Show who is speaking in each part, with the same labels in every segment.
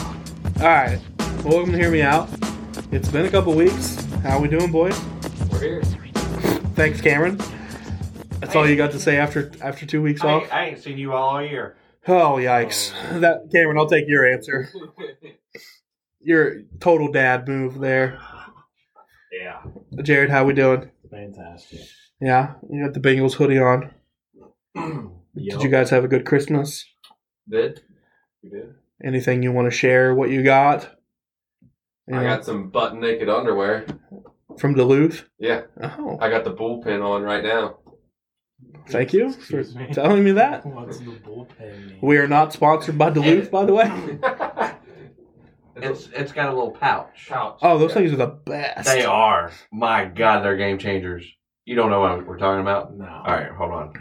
Speaker 1: All right. Well, welcome to Hear Me Out. It's been a couple weeks. How we doing, boys?
Speaker 2: We're here.
Speaker 1: Thanks, Cameron. That's all you got to say after after two weeks
Speaker 2: I,
Speaker 1: off.
Speaker 2: ain't- I ain't seen you all year.
Speaker 1: Oh yikes! That Cameron, I'll take your answer. Your total dad move there,
Speaker 2: yeah.
Speaker 1: Jared. How we doing?
Speaker 3: Fantastic.
Speaker 1: Yeah, you got the Bengals hoodie on.
Speaker 3: Yup.
Speaker 1: Did you guys have a good Christmas?
Speaker 4: Did
Speaker 3: You did?
Speaker 1: Anything you want to share? What you got?
Speaker 4: I
Speaker 1: Yeah.
Speaker 4: got some butt naked underwear.
Speaker 1: from Duluth.
Speaker 4: Yeah,
Speaker 1: Oh,
Speaker 4: I got the bullpen on right now.
Speaker 1: thank you for
Speaker 3: Excuse me.
Speaker 1: telling me that.
Speaker 3: What's the bullpen mean?
Speaker 1: We are not sponsored by Duluth, by the way.
Speaker 2: It's it's got a little pouch.
Speaker 4: Couch.
Speaker 1: Oh, those
Speaker 4: Yeah.
Speaker 1: things are the best.
Speaker 2: They are. My God, they're game changers. You don't know what we're talking about.
Speaker 3: No.
Speaker 2: All right, hold on.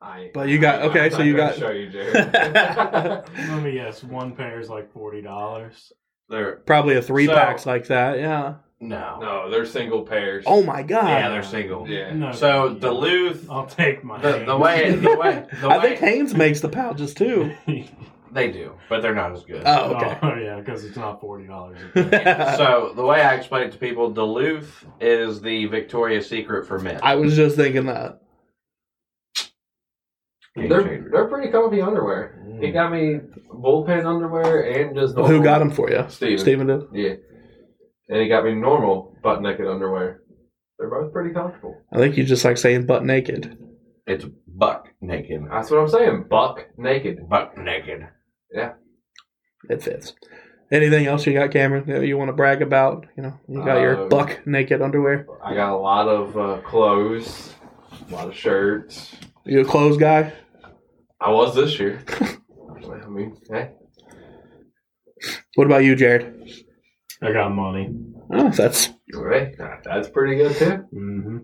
Speaker 4: I-
Speaker 1: But you got-
Speaker 4: I'm
Speaker 1: okay,
Speaker 4: not
Speaker 1: so you
Speaker 4: gonna
Speaker 1: got-
Speaker 4: Show you, Jared.
Speaker 3: Let me guess. One pair is like forty dollars.
Speaker 2: They're
Speaker 1: Probably a three
Speaker 4: So-
Speaker 1: packs like that. Yeah.
Speaker 2: no.
Speaker 4: no, they're single pairs.
Speaker 1: Oh my god.
Speaker 2: Yeah, they're single.
Speaker 4: yeah.
Speaker 3: No.
Speaker 2: So Duluth,
Speaker 3: I'll take my.
Speaker 2: the, the way the way the
Speaker 1: Oh, I think
Speaker 2: way
Speaker 1: Haynes makes the pouches too.
Speaker 2: they do, but they're not as good.
Speaker 1: Oh, okay.
Speaker 3: Oh yeah, because it's not forty dollars.
Speaker 1: uh,
Speaker 2: So the way I explain it to people, Duluth is the Victoria's Secret for men.
Speaker 1: I was just thinking that.
Speaker 2: Game
Speaker 4: They're
Speaker 2: changer.
Speaker 4: they're pretty comfy underwear. He got me bullpen underwear and just
Speaker 1: Who got them for you?
Speaker 4: Steven.
Speaker 1: Steven did.
Speaker 4: Yeah, and he got me normal butt naked underwear. They're both pretty comfortable.
Speaker 1: I think you just like saying butt naked.
Speaker 2: It's buck naked.
Speaker 4: That's what I'm saying. Buck naked.
Speaker 2: Buck naked.
Speaker 1: It fits. Anything else you got, Cameron? That you want to brag about? You know, you got your
Speaker 2: Uh,
Speaker 4: Um,
Speaker 1: buck naked underwear.
Speaker 4: I got a lot of uh, clothes, a lot of shirts.
Speaker 1: You a clothes guy?
Speaker 4: I was this year. I mean, hey,
Speaker 1: What about you, Jared?
Speaker 3: I got money.
Speaker 1: Oh, that's.
Speaker 4: all right, that's pretty good too.
Speaker 3: Mm-hmm.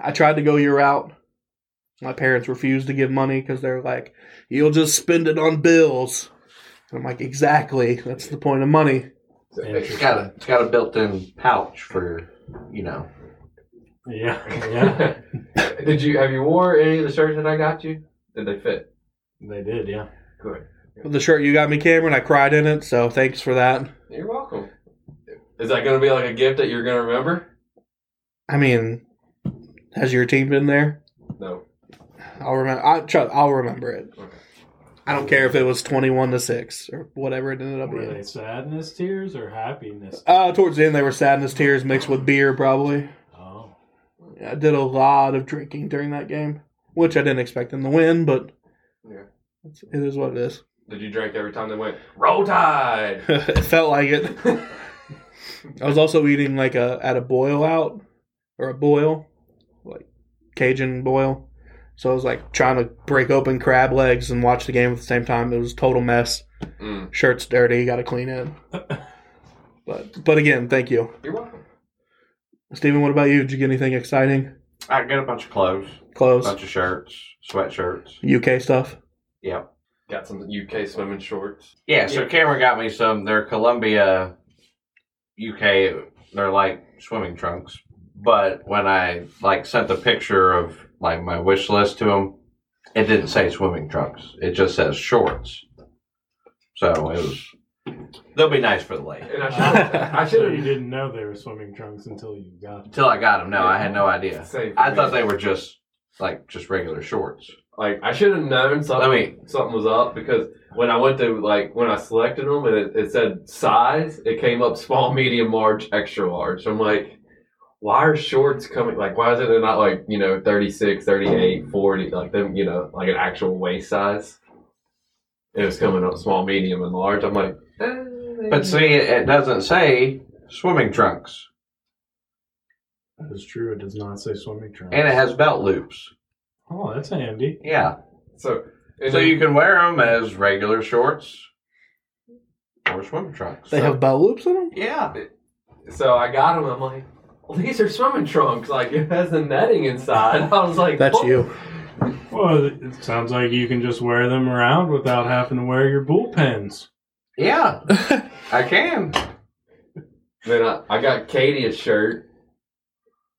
Speaker 1: I tried to go your route. My parents refused to give money because they're like, "You'll just spend it on bills." And I'm like, "Exactly. That's the point of money."
Speaker 2: It's got a it's got a built-in pouch for you know.
Speaker 3: Yeah, yeah.
Speaker 4: Did you have you wore any of the shirts that I got you? Did they fit?
Speaker 3: they did. Yeah.
Speaker 4: Good.
Speaker 1: The shirt you got me, Cameron, I cried in it, so thanks for that.
Speaker 4: You're welcome. Is that going to be like a gift that you're going to remember?
Speaker 1: I mean, has your team been there?
Speaker 4: No.
Speaker 1: I'll remember. I try, I'll remember it.
Speaker 4: Okay.
Speaker 1: I don't care if it was twenty-one to six or whatever it ended up
Speaker 3: Were
Speaker 1: being.
Speaker 3: they sadness tears or happiness?
Speaker 1: Uh, towards the end, they were sadness tears mixed with beer, probably.
Speaker 3: oh,
Speaker 1: I did a lot of drinking during that game, which I didn't expect them to win, but
Speaker 4: Yeah.
Speaker 1: it's, it is what it is.
Speaker 4: Did you drink every time they went roll tide?
Speaker 1: it felt like it. I was also eating like a at a boil out or a boil, like Cajun boil. So I was like trying to break open crab legs and watch the game at the same time. It was a total mess.
Speaker 4: Mm.
Speaker 1: Shirt's dirty, got to clean it. But but again, thank you,
Speaker 4: You're welcome.
Speaker 1: Steven, What about you? Did you get anything exciting?
Speaker 2: I got a bunch of clothes, a
Speaker 1: Clothes,
Speaker 2: bunch of shirts, sweatshirts.
Speaker 1: UK stuff.
Speaker 2: Yep.
Speaker 4: Got some UK swimming shorts.
Speaker 2: Yeah. So Cameron got me some. They're Columbia, UK. They're like swimming trunks. But when I like sent the picture of like my wish list to him, it didn't say swimming trunks. It just says shorts. So it was. They'll be nice for the lake.
Speaker 4: And I should I
Speaker 3: so you
Speaker 4: should
Speaker 3: didn't know they were swimming trunks until you got.
Speaker 2: Until I got them. No, I had no idea.
Speaker 4: have saved.
Speaker 2: I thought they were just like just regular shorts.
Speaker 4: Like I should have known something.
Speaker 2: I mean,
Speaker 4: something was up because when I went to like when I selected them and it, it said size, it came up small, medium, large, extra large. I'm like, why are shorts coming? Like, why is it they're not like you know 36, 38, 40, like them you know like an actual waist size? It was coming up small, medium, and large. I'm like, eh,
Speaker 2: but see, it it doesn't say swimming trunks,
Speaker 3: That is true. It does not say swimming trunks.
Speaker 2: and it has belt loops.
Speaker 3: Oh, that's handy.
Speaker 2: Yeah,
Speaker 4: so and
Speaker 2: so
Speaker 4: then-
Speaker 2: you can wear them as regular shorts or swimming trunks.
Speaker 1: They have bell loops in them.
Speaker 2: yeah,
Speaker 4: so I got them. I'm like. Well, these are swimming trunks. Like it has the netting inside. I was like,
Speaker 1: That's
Speaker 4: what?
Speaker 1: you.
Speaker 3: Well, it it sounds like you can just wear them around without having to wear your bullpens.
Speaker 2: yeah, I can.
Speaker 4: Then I, I got Katie a shirt.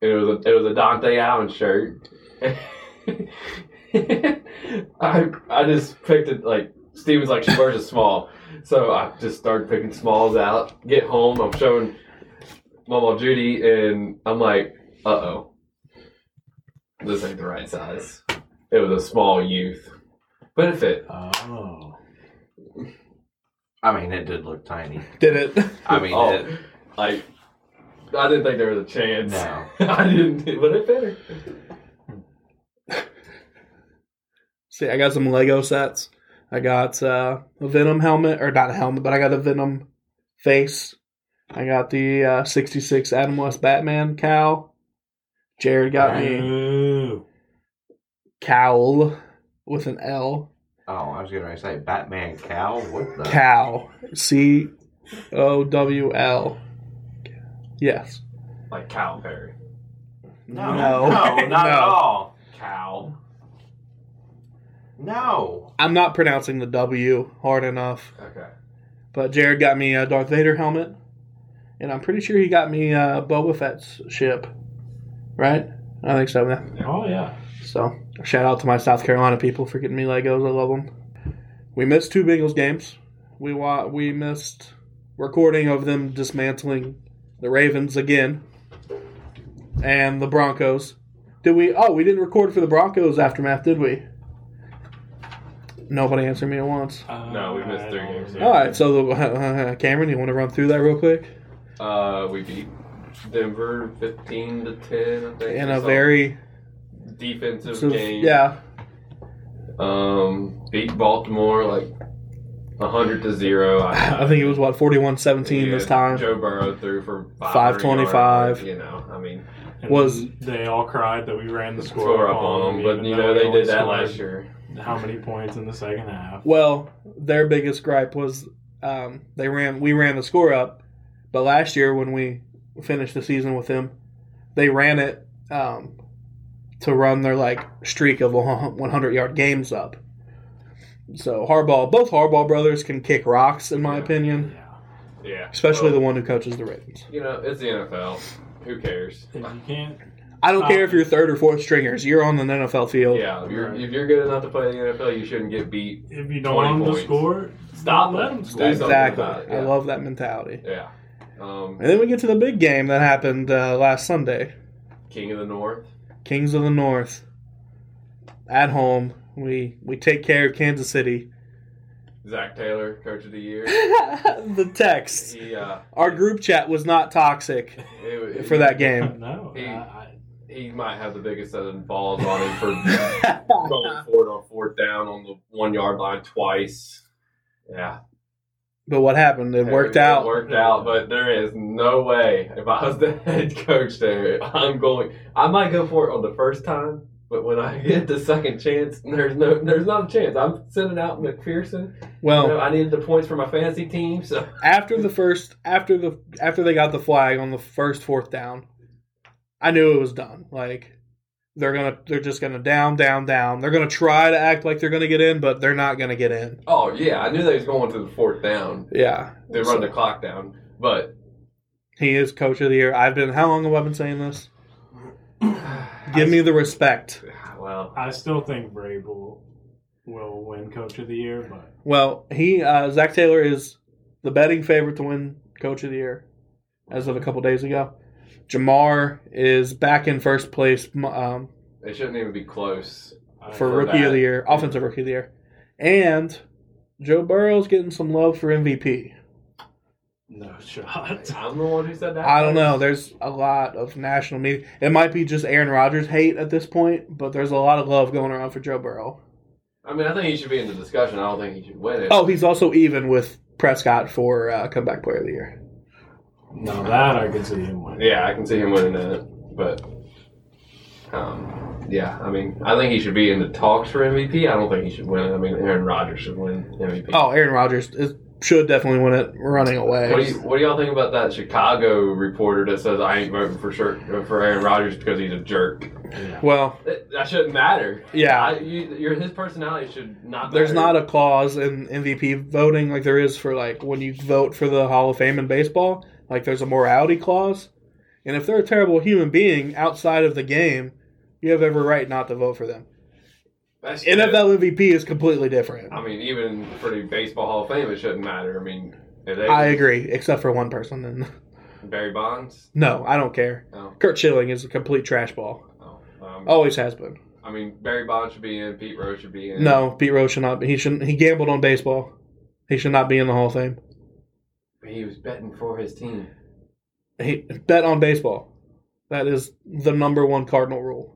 Speaker 4: It was a, it was a Dante Allen shirt. I I just picked it like Steven's like she wears a small. So I just started picking smalls out. Get home, I'm showing Mama Judy, and I'm like, uh oh, this ain't the right size. It was a small youth, but it fit.
Speaker 3: Oh.
Speaker 2: I mean, it did look tiny.
Speaker 1: Did it?
Speaker 2: I mean,
Speaker 4: Oh.
Speaker 2: it,
Speaker 4: Like, I didn't think there was a chance.
Speaker 2: no.
Speaker 4: I didn't, but it fit her.
Speaker 1: See, I got some Lego sets. I got uh, a Venom helmet, or not a helmet, but I got a Venom face. I got the uh, 66 Adam West Batman cowl. Jared got me
Speaker 3: Ooh.
Speaker 1: cowl with an L.
Speaker 2: Oh, I was gonna say Batman cow. What the?
Speaker 1: Cow. C O W L. Yes.
Speaker 4: Like Cal Perry.
Speaker 2: No,
Speaker 1: No.
Speaker 2: no, not at
Speaker 1: No.
Speaker 2: all.
Speaker 4: Cal.
Speaker 2: No.
Speaker 1: I'm not pronouncing the W hard enough.
Speaker 4: Okay.
Speaker 1: But Jared got me a Darth Vader helmet, and I'm pretty sure he got me uh, Boba Fett's ship, right? I think so. Yeah.
Speaker 3: Oh yeah.
Speaker 1: So shout out to my South Carolina people for getting me Legos. I love them. We missed two Bengals games. We wa- we missed recording of them dismantling the Ravens again and the Broncos. Did we? Oh, we didn't record for the Broncos aftermath, did we? Nobody answered me at once.
Speaker 4: No, we missed three games, yeah.
Speaker 1: All right, so the, Cameron, you want to run through that real quick?
Speaker 4: Uh, we beat Denver 15 to 10, I think.
Speaker 1: in
Speaker 4: or
Speaker 1: a
Speaker 4: something.
Speaker 1: very
Speaker 4: defensive
Speaker 1: sort of-
Speaker 4: game.
Speaker 1: yeah
Speaker 4: Um, beat Baltimore like 100 to 0.
Speaker 1: i think it was what 41-17 this
Speaker 4: Yeah,
Speaker 1: time
Speaker 4: Joe Burrow threw for
Speaker 1: 525.
Speaker 4: 525. You know, I mean,
Speaker 3: And
Speaker 1: Was-
Speaker 3: they all cried that we ran the score,
Speaker 4: score up on them, but
Speaker 3: even
Speaker 4: you know,
Speaker 3: though we
Speaker 4: they
Speaker 3: only
Speaker 4: did that
Speaker 3: scored
Speaker 4: last year.
Speaker 3: How many points in the second half?
Speaker 1: well their biggest gripe was um, they ran we ran the score up but last year when we finished the season with them they ran it um, to run their like streak of 100 yard games up so harbaugh both harbaugh brothers can kick rocks in my opinion
Speaker 3: Yeah.
Speaker 4: Yeah.
Speaker 1: especially the
Speaker 4: Well,
Speaker 1: one who coaches the ravens
Speaker 4: You know, it's the NFL. Who cares?
Speaker 3: If you can't,
Speaker 1: i don't care if you're third or fourth stringers you're on the nfl field
Speaker 4: Um, Yeah, if you're, if you're good enough to play in the NFL, you shouldn't get beat.
Speaker 3: if you don't
Speaker 4: 20
Speaker 3: want 'em to
Speaker 4: points.
Speaker 3: score,
Speaker 4: Stop
Speaker 3: let
Speaker 4: them.
Speaker 3: them
Speaker 4: Do
Speaker 3: score.
Speaker 4: something.
Speaker 1: Exactly.
Speaker 4: about it,
Speaker 1: I
Speaker 4: yeah.
Speaker 1: love that mentality.
Speaker 4: Yeah. Um,
Speaker 1: And then we get to the big game that happened uh, last Sunday
Speaker 4: King of the North.
Speaker 1: Kings of the North. At home, we, we take care of Kansas City.
Speaker 4: Zach Taylor, Coach of the Year.
Speaker 1: the text.
Speaker 4: He, uh,
Speaker 1: Our group chat was not toxic
Speaker 4: it- it-
Speaker 1: for that game.
Speaker 3: no.
Speaker 4: He-
Speaker 3: I,
Speaker 4: he might have the biggest set of balls on him for going forward on fourth down on the one yard line twice. Yeah,
Speaker 1: But what happened? It worked
Speaker 4: It
Speaker 1: out.
Speaker 4: Worked out, but there is no way. If I was the head coach there, I'm going. I might go for it on the first time, but when I get the second chance, there's no, there's not a chance. I'm sending out McPherson. You know,
Speaker 1: Well,
Speaker 4: I needed the points for my fantasy team, so
Speaker 1: after the first, after the after they got the flag on the first fourth down, I knew it was done. Like they're gonna, they're just gonna down, down, down. They're gonna try to act like they're gonna get in, but they're not gonna get in.
Speaker 4: oh yeah, I knew they was going to the fourth down.
Speaker 1: Yeah.
Speaker 4: They run the clock down, but
Speaker 1: He is coach of the year. I've been how long have I been saying this? Give me the respect.
Speaker 4: well,
Speaker 3: I still think Vrabel will win Coach of the Year, but
Speaker 1: Well, he uh, Zach Taylor is the betting favorite to win coach of the year as of a couple days ago. Jamar is back in first place um,
Speaker 4: they shouldn't even be close.
Speaker 3: I,
Speaker 1: for
Speaker 4: For
Speaker 1: rookie of
Speaker 4: that.
Speaker 1: the year, offensive rookie of the year, and Joe Burrow's getting some love for MVP.
Speaker 3: no shot.
Speaker 4: I'm the one who said that.
Speaker 1: I don't know. There's a lot of national media. It might be just Aaron Rodgers hate at this point, but there's a lot of love going around for Joe Burrow.
Speaker 4: I mean, I think he should be in the discussion. I don't think he should win it.
Speaker 1: Oh, he's also even with Prescott for uh, comeback player of the year.
Speaker 3: No, that I could see him win.
Speaker 4: Yeah, I can see him winning that. But, um, yeah, I mean, I think he should be in the talks for MVP. I don't think he should win it. I mean, Aaron Rodgers should win MVP.
Speaker 1: Oh, Aaron Rodgers is, should definitely win it. Running
Speaker 4: What do,
Speaker 1: away.
Speaker 4: you, what do y'all think about that Chicago reporter that says I ain't voting for sure for Aaron Rodgers because he's a jerk?
Speaker 3: Yeah.
Speaker 1: Well,
Speaker 4: That that shouldn't matter.
Speaker 1: yeah.
Speaker 4: I, you, your his personality should not.
Speaker 1: There's
Speaker 4: matter.
Speaker 1: not a clause in MVP voting like there is for like when you vote for the Hall of Fame in baseball. Like there's a morality clause, and if they're a terrible human being outside of the game, you have every right not to vote for them.
Speaker 4: That's
Speaker 1: NFL MVP is completely different.
Speaker 4: I mean, even for the baseball Hall of Fame, it shouldn't matter. I mean, if they
Speaker 1: I agree, except for one person. And
Speaker 4: Barry Bonds.
Speaker 1: no, I don't care.
Speaker 4: No.
Speaker 1: Kurt Schilling is a complete trash ball.
Speaker 4: no. Um,
Speaker 1: Always has been.
Speaker 4: I mean, Barry Bonds should be in. Pete Rose should be in.
Speaker 1: No, Pete Rose should not. Be, he shouldn't. He gambled on baseball. He should not be in the Hall of Fame.
Speaker 4: he was betting for his team.
Speaker 1: He bet on baseball. That is the number one cardinal rule.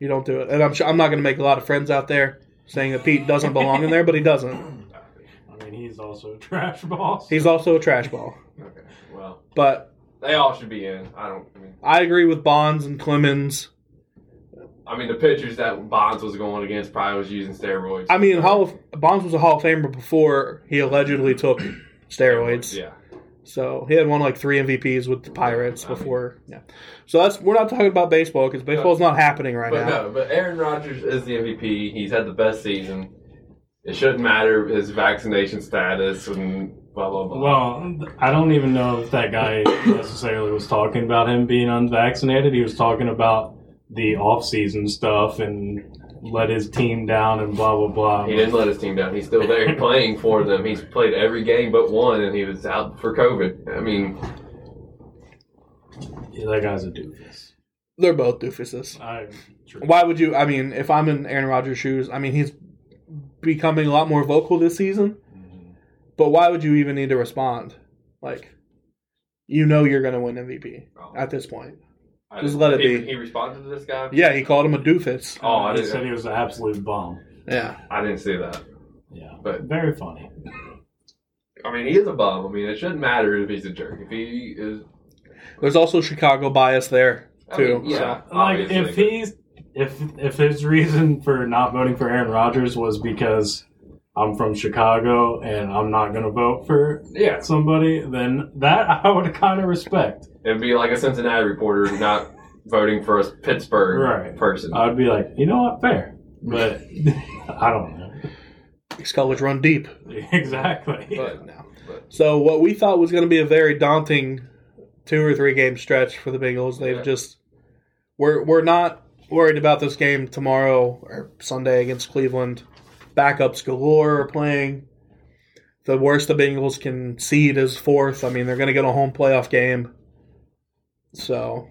Speaker 1: You don't do it. And I'm sure, I'm not going to make a lot of friends out there saying that Pete doesn't belong in there, but he doesn't.
Speaker 3: I mean, he's also a trash boss.
Speaker 1: He's also a trash ball.
Speaker 4: Okay. Well,
Speaker 1: But
Speaker 4: they all should be in. I don't. I mean,
Speaker 1: I agree with Bonds and Clemens.
Speaker 4: I mean, the pitchers that Bonds was going against probably was using steroids.
Speaker 1: I mean, Hall of, Bonds was a Hall of Famer before he allegedly took steroids.
Speaker 4: Yeah.
Speaker 1: So he had won like three MVPs with the Pirates before. Yeah. So that's we're not talking about baseball because baseball's not happening right
Speaker 4: But
Speaker 1: now.
Speaker 4: no, but Aaron Rodgers is the MVP. He's had the best season. It shouldn't matter his vaccination status and blah blah blah.
Speaker 3: Well, I don't even know if that guy necessarily was talking about him being unvaccinated. He was talking about the off-season stuff and let his team down and blah blah blah.
Speaker 4: he didn't let his team down. He's still there playing for them. He's played every game but one, and he was out for COVID. I mean,
Speaker 3: Yeah, that guy's a doofus.
Speaker 1: They're both doofuses.
Speaker 3: I,
Speaker 1: Why would you? I mean, if I'm in Aaron Rodgers' shoes, I mean he's becoming a lot more vocal this season. But why would you even need to respond? Like, you know you're going to win MVP at this point.
Speaker 4: I
Speaker 1: Just let it
Speaker 4: he,
Speaker 1: be.
Speaker 4: He responded to this guy.
Speaker 1: Yeah, he called him a doofus.
Speaker 4: Oh, I
Speaker 3: he
Speaker 4: didn't.
Speaker 3: said he was an absolute bum.
Speaker 1: Yeah,
Speaker 4: I didn't see that.
Speaker 3: Yeah,
Speaker 4: But-
Speaker 3: very funny.
Speaker 4: I mean, he is a bum. I mean, it shouldn't matter if he's a jerk. If he is,
Speaker 1: there's also Chicago bias there
Speaker 4: I
Speaker 1: too.
Speaker 4: mean, yeah.
Speaker 3: Like
Speaker 4: obviously,
Speaker 3: if he's if if his reason for not voting for Aaron Rodgers was because I'm from Chicago and I'm not going to vote for
Speaker 4: but- yeah,
Speaker 3: somebody, then that I would kind of respect.
Speaker 4: it'd be like a Cincinnati reporter not voting for a Pittsburgh
Speaker 3: Right.
Speaker 4: person.
Speaker 1: Uh,
Speaker 3: I would be like, you know what, fair, but I don't know
Speaker 1: So these colors run deep.
Speaker 3: exactly.
Speaker 1: But no.
Speaker 4: But-
Speaker 1: So what we thought was going to be a very daunting two or three game stretch for the Bengals, they've
Speaker 4: Yeah.
Speaker 1: just we're we're not worried about this game tomorrow or Sunday against Cleveland. Backups galore are playing. The worst the Bengals can seed is fourth. I mean, they're going to get a home playoff game. So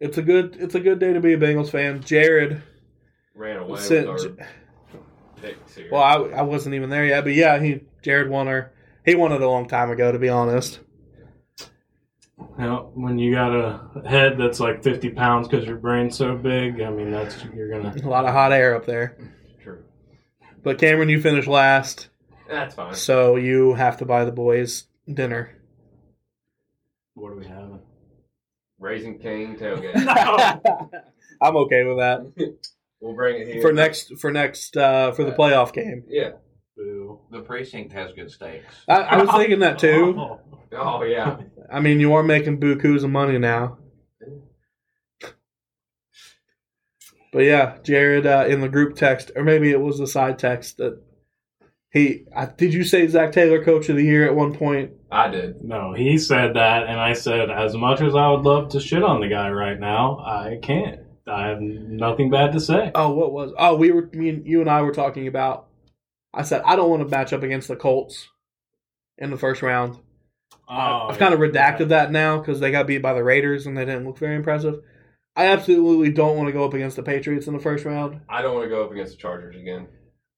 Speaker 1: it's a good it's a good day to be a Bengals fan. Jared
Speaker 4: ran away
Speaker 1: sent
Speaker 4: with our picks here.
Speaker 1: Well, I, I wasn't even there yet, but yeah, he Jared won her. He won it a long time ago, to be honest.
Speaker 3: Now, when you got a head that's like 50 pounds because your brain's so big, I mean, that's you're gonna.
Speaker 1: A lot of hot air up there.
Speaker 4: True.
Speaker 1: But Cameron, you finished last,
Speaker 4: That's fine.
Speaker 1: so you have to buy the boys dinner.
Speaker 3: What do we have?
Speaker 4: Raising King tailgate.
Speaker 1: I'm okay with that
Speaker 4: we'll bring it here
Speaker 1: for next for next uh, for the playoff game.
Speaker 4: Yeah.
Speaker 3: Boo.
Speaker 2: The precinct has good steaks.
Speaker 1: I, I was thinking that too.
Speaker 3: Oh.
Speaker 4: Oh yeah.
Speaker 1: I mean, you are making bukus of money now. But yeah, Jared uh, in the group text, or maybe it was the side text that he. I, did you say Zach Taylor coach of the year at one point?
Speaker 4: I did.
Speaker 3: No, he said that, and I said, as much as I would love to shit on the guy right now, I can't. I have nothing bad to say.
Speaker 1: Oh, what was? Oh, we were me and you and I were talking about. I said I don't want to match up against the Colts in the first round.
Speaker 3: Oh,
Speaker 1: I've kind of redacted that now because they got beat by the Raiders and they didn't look very impressive. I absolutely don't want to go up against the Patriots in the first round.
Speaker 4: I don't want to go up against the Chargers again.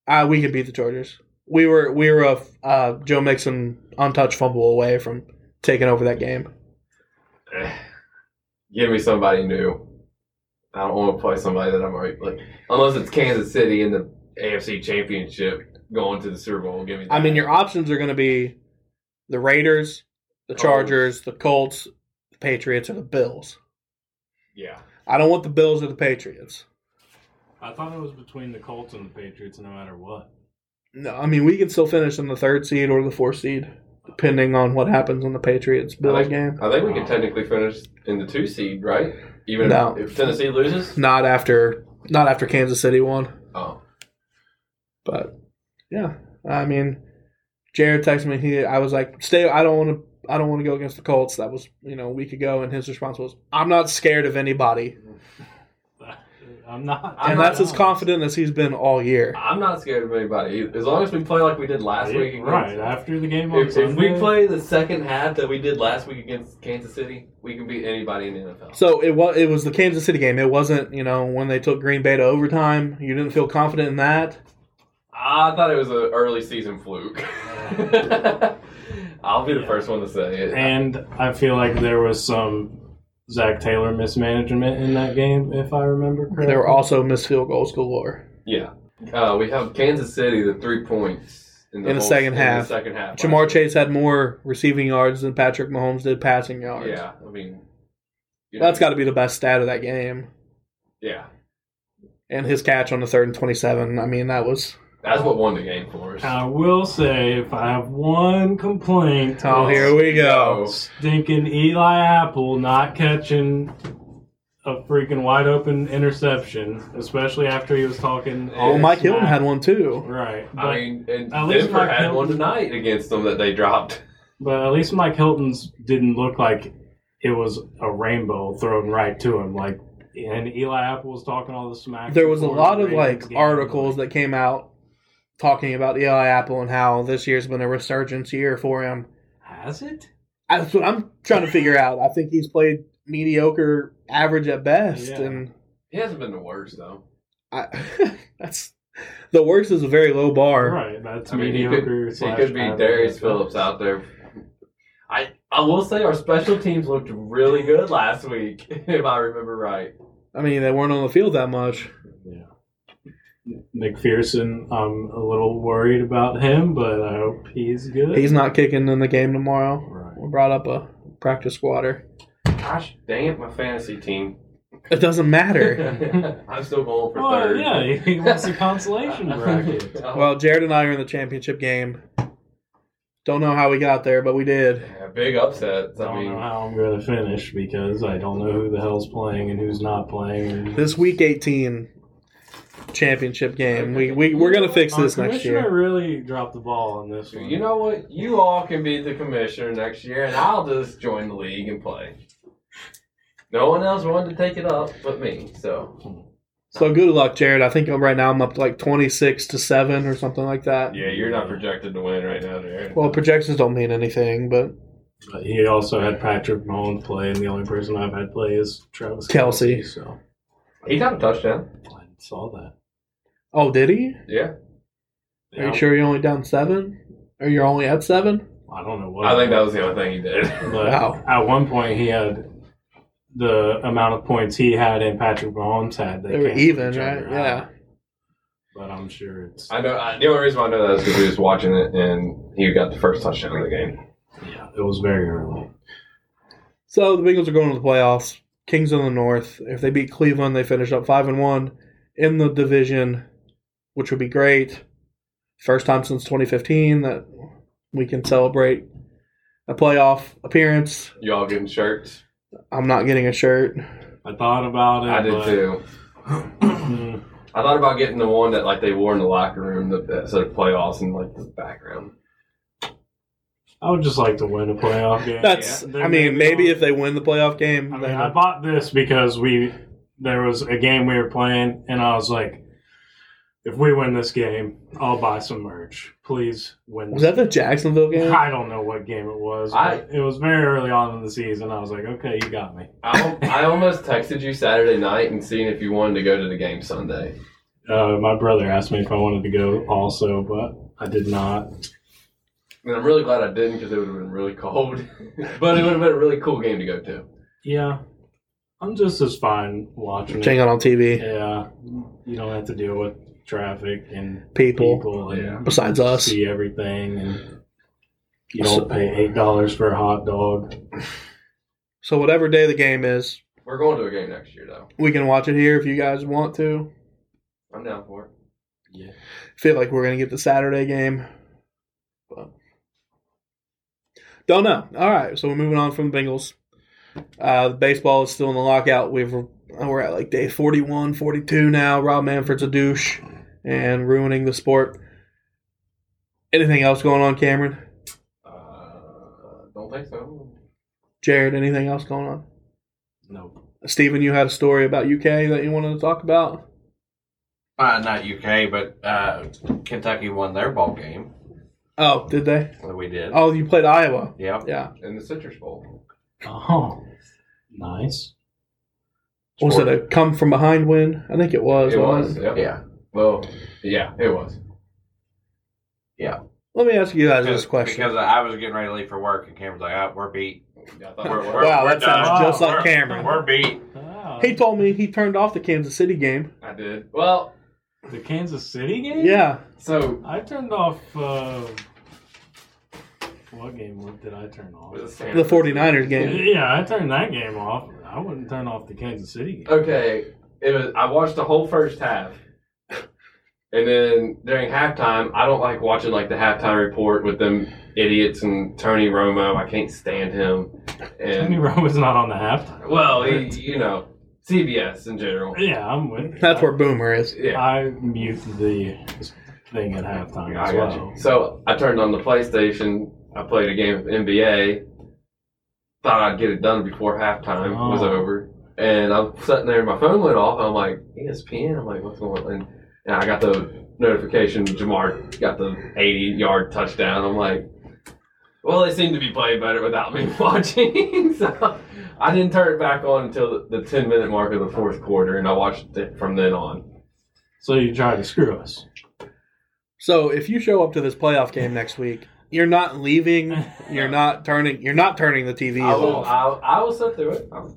Speaker 1: Uh, we could beat the Chargers. We were we were a uh, Joe Mixon untouched fumble away from taking over that game.
Speaker 4: Eh. Give me somebody new. I don't want to play somebody that I'm already like unless it's Kansas City in the AFC Championship going to the Super Bowl. Give me. That.
Speaker 1: I mean, your options are going to be the Raiders, the Chargers, the Colts, the Patriots, or the Bills.
Speaker 4: yeah.
Speaker 1: I don't want the Bills or the Patriots.
Speaker 3: I thought it was between the Colts and the Patriots, no matter what.
Speaker 1: No, I mean we can still finish in the third seed or the fourth seed, depending on what happens in the Patriots Bills game.
Speaker 4: I think we can technically finish in the two seed, right? Even
Speaker 1: No.
Speaker 4: if, if Tennessee loses.
Speaker 1: Not after not after Kansas City won.
Speaker 4: Oh,
Speaker 1: But yeah, I mean, Jared texted me. He, I was like, "Stay. I don't want to. I don't want to go against the Colts." That was you know a week ago, and his response was, "I'm not scared of anybody."
Speaker 3: I I'm not.
Speaker 4: I'm
Speaker 1: and
Speaker 4: not-
Speaker 1: that's as confident as he's been all year.
Speaker 4: I'm not scared of anybody either. As long as we play like we did last week. against-
Speaker 3: right after the game on
Speaker 4: If, if we
Speaker 3: Sunday,
Speaker 4: play the second half that we did last week against Kansas City, we can beat anybody in the NFL.
Speaker 1: So it was it was the Kansas City game. It wasn't you know when they took Green Bay to overtime. You didn't feel confident in that.
Speaker 4: I thought it was an early season fluke. I'll be the first one to say it.
Speaker 3: and I feel like there was some Zach Taylor mismanagement in that game, if I remember correctly.
Speaker 1: There were also missed field goals galore.
Speaker 4: yeah, uh, we have Kansas City the three points
Speaker 1: In the second half.
Speaker 4: The second half,
Speaker 1: Jamar Chase had more receiving yards than Patrick Mahomes did passing yards.
Speaker 4: Yeah, I mean, you know,
Speaker 1: That's got to be the best stat of that game.
Speaker 4: yeah.
Speaker 1: And his catch on the third and 27. I mean, that was.
Speaker 4: That's what won the game for us.
Speaker 3: I will say, if I have one complaint,
Speaker 1: Oh,
Speaker 3: it's
Speaker 1: here we go.
Speaker 3: stinking Eli Apple not catching a freaking wide open interception, especially after he was talking.
Speaker 1: Oh,
Speaker 3: all
Speaker 1: Mike Hilton
Speaker 3: smack.
Speaker 1: had one too.
Speaker 3: right. But,
Speaker 4: I mean, and
Speaker 3: at least
Speaker 4: Denver
Speaker 3: Mark
Speaker 4: had one
Speaker 3: Hamilton-
Speaker 4: tonight against them that they dropped.
Speaker 3: but at least Mike Hilton's didn't look like it was a rainbow thrown right to him, like. And Eli Apple was talking all the smack.
Speaker 1: There was a
Speaker 3: before
Speaker 1: lot
Speaker 3: the
Speaker 1: of
Speaker 3: Ravens
Speaker 1: like
Speaker 3: game.
Speaker 1: articles that came out talking about Eli Apple and how this year's been a resurgence year for him.
Speaker 3: Has it?
Speaker 1: That's what I'm trying to figure out. I think he's played mediocre, average at best,
Speaker 3: Yeah.
Speaker 1: and
Speaker 4: He hasn't been the worst though.
Speaker 1: I, that's the worst is a very low bar.
Speaker 3: Right, that's
Speaker 4: I mean, he could,
Speaker 3: mediocre.
Speaker 4: he
Speaker 3: slash
Speaker 4: could be
Speaker 3: average.
Speaker 4: Darius Phillips out there. I I will say our special teams looked really good last week, if I remember right.
Speaker 1: I mean, they weren't on the field that much.
Speaker 3: McPherson, I'm a little worried about him, but I hope he's good.
Speaker 1: He's not kicking in the game tomorrow.
Speaker 3: right.
Speaker 1: We brought up a practice squatter.
Speaker 4: Gosh, dang it, my fantasy team.
Speaker 1: It doesn't matter.
Speaker 4: I'm still going for
Speaker 3: Well,
Speaker 4: third.
Speaker 3: yeah, he- he wants a consolation bracket.
Speaker 1: Well, Jared and I are in the championship game. Don't know how we got there, but we did.
Speaker 4: Yeah, big upsets.
Speaker 3: I
Speaker 4: I
Speaker 3: don't know
Speaker 4: mean,
Speaker 3: how I'm going to finish because I don't know who the hell's playing and who's not playing. And
Speaker 1: This week 18 championship game. We, we, we're going to fix
Speaker 3: Our
Speaker 1: this next
Speaker 3: commissioner
Speaker 1: year.
Speaker 3: really dropped the ball on this one.
Speaker 4: you know what? You all can be the commissioner next year, and I'll just join the league and play. No one else wanted to take it up but me, so
Speaker 1: So good luck, Jared. I think I'm, right now I'm up to like 26 to 7 or something like that.
Speaker 4: yeah, you're not projected to win right now, Jared.
Speaker 1: Well, projections don't mean anything, but
Speaker 3: But he also had Patrick Mahomes play, and the only person I've had play is Travis
Speaker 1: Kelce.
Speaker 3: Kelce. so
Speaker 4: he got a touchdown.
Speaker 3: I saw that.
Speaker 1: oh, did he?
Speaker 4: Yeah,
Speaker 1: Are you sure you're only down 7? Or you're only at 7?
Speaker 3: I don't know what.
Speaker 4: I think that was the only thing he did.
Speaker 3: But
Speaker 1: Wow.
Speaker 3: at one point, he had the amount of points he had and Patrick Mahomes had.
Speaker 1: They were
Speaker 3: canceled
Speaker 1: even,
Speaker 3: each
Speaker 1: right?
Speaker 3: other out.
Speaker 1: Yeah.
Speaker 3: But I'm sure it's
Speaker 4: I know. I, the only reason why I know that is because we was watching it, and he got the first touchdown of the game.
Speaker 3: yeah, it was very early.
Speaker 1: So the Bengals are going to the playoffs. Kings in the North. If they beat Cleveland, they finish up five and one in the division, which would be great. First time since 2015 that we can celebrate a playoff appearance.
Speaker 4: Y'all getting shirts?
Speaker 1: I'm not getting a shirt.
Speaker 3: I thought about it.
Speaker 4: I did too.
Speaker 3: too.
Speaker 4: I thought about getting the one that like they wore in the locker room that, that said playoffs in like the background.
Speaker 3: I would just like to win a playoff game.
Speaker 1: That's.
Speaker 3: Yeah.
Speaker 1: I mean, maybe if they win the playoff game,
Speaker 3: I mean,
Speaker 1: then-
Speaker 3: I bought this because we there was a game we were playing, and I was like, if we win this game, I'll buy some merch. Please win.
Speaker 1: was
Speaker 3: this
Speaker 1: that the Jacksonville game?
Speaker 3: I don't know what game it was.
Speaker 4: I-
Speaker 3: but it was very early on in the season. I was like, okay, you got me.
Speaker 4: I, al- I almost texted you Saturday night and seeing if you wanted to go to the game Sunday.
Speaker 3: Uh, my brother asked me if I wanted to go also, but I did not.
Speaker 4: And I'm really glad I didn't because it would have been really cold, but it would have been a really cool game to go to.
Speaker 3: Yeah, I'm just as fine watching
Speaker 1: Watching
Speaker 3: it.
Speaker 1: it on TV.
Speaker 3: Yeah, you don't have to deal with traffic and
Speaker 1: People.
Speaker 3: people and
Speaker 4: Yeah.
Speaker 1: Besides us.
Speaker 3: see everything, and you don't pay eight dollars for a hot dog.
Speaker 1: So whatever day the game is,
Speaker 4: We're going to a game next year though.
Speaker 1: we can watch it here if you guys want to.
Speaker 4: I'm down for it.
Speaker 3: Yeah,
Speaker 1: feel like we're gonna get the Saturday game, but don't know. All right, so we're moving on from the Bengals. Uh, the baseball is still in the lockout. We've we're at like day 41, 42 now. Rob Manfred's a douche and ruining the sport. Anything else going on, Cameron?
Speaker 4: Uh, don't think so.
Speaker 1: Jared, anything else going on?
Speaker 3: nope.
Speaker 1: Stephen, you had a story about UK that you wanted to talk about.
Speaker 2: Uh, not UK, but uh, Kentucky won their ball game
Speaker 1: Oh, did they?
Speaker 2: that we did.
Speaker 1: Oh, you played Iowa.
Speaker 2: Yep.
Speaker 1: Yeah.
Speaker 4: in the Citrus Bowl.
Speaker 3: Oh, nice.
Speaker 1: What Was it a come from behind win? I think it was.
Speaker 4: It was.
Speaker 1: wasn't
Speaker 4: Yep.
Speaker 2: Yeah.
Speaker 4: Well, yeah, it was.
Speaker 1: Let me ask you guys
Speaker 2: Because-
Speaker 1: this question.
Speaker 2: Because I was getting ready to leave for work, and Cameron's like, oh, we're beat.
Speaker 4: Yeah, I thought it
Speaker 2: We're,
Speaker 4: was.
Speaker 2: we're,
Speaker 1: Wow,
Speaker 2: we're
Speaker 1: that sounds
Speaker 2: done.
Speaker 1: just like
Speaker 2: We're-
Speaker 1: Cameron.
Speaker 2: We're beat.
Speaker 3: Wow.
Speaker 1: He told me he turned off the Kansas City game.
Speaker 4: I did. Well,
Speaker 3: the Kansas City game?
Speaker 1: Yeah.
Speaker 4: so
Speaker 3: I turned off. Uh, what game what did I turn off?
Speaker 4: was it San
Speaker 1: The 49ers game.
Speaker 3: Yeah, I turned that game off. I wouldn't turn off the Kansas City game.
Speaker 4: Okay, it was. I watched the whole first half, and then during halftime, I don't like watching like the halftime report with them idiots and Tony Romo. I can't stand him.
Speaker 3: Tony
Speaker 4: And
Speaker 3: Romo's not on the halftime.
Speaker 4: well, he, you know, CBS in general.
Speaker 3: Yeah, I'm with.
Speaker 1: That's where Boomer is.
Speaker 4: Yeah,
Speaker 3: I mute the thing at halftime
Speaker 4: I
Speaker 3: as
Speaker 4: got
Speaker 3: well.
Speaker 4: you. So I turned on the PlayStation. I played a game of NBA. Thought I'd get it done before halftime was
Speaker 3: Oh.
Speaker 4: over. And I'm sitting there, my phone went off, and I'm like, E ESPN? I'm like, what's going on? And, and I got the notification Jamar got the 80 yard touchdown. I'm like, well, they seem to be playing better without me watching. so I didn't turn it back on until the, the 10 minute mark of the fourth quarter, and I watched it from then on.
Speaker 3: So you try to screw us.
Speaker 1: So if you show up to this playoff game next week, you're not leaving. You're not turning. You're not turning the TV
Speaker 4: I will,
Speaker 1: off.
Speaker 4: I, I will sit through it. I'm-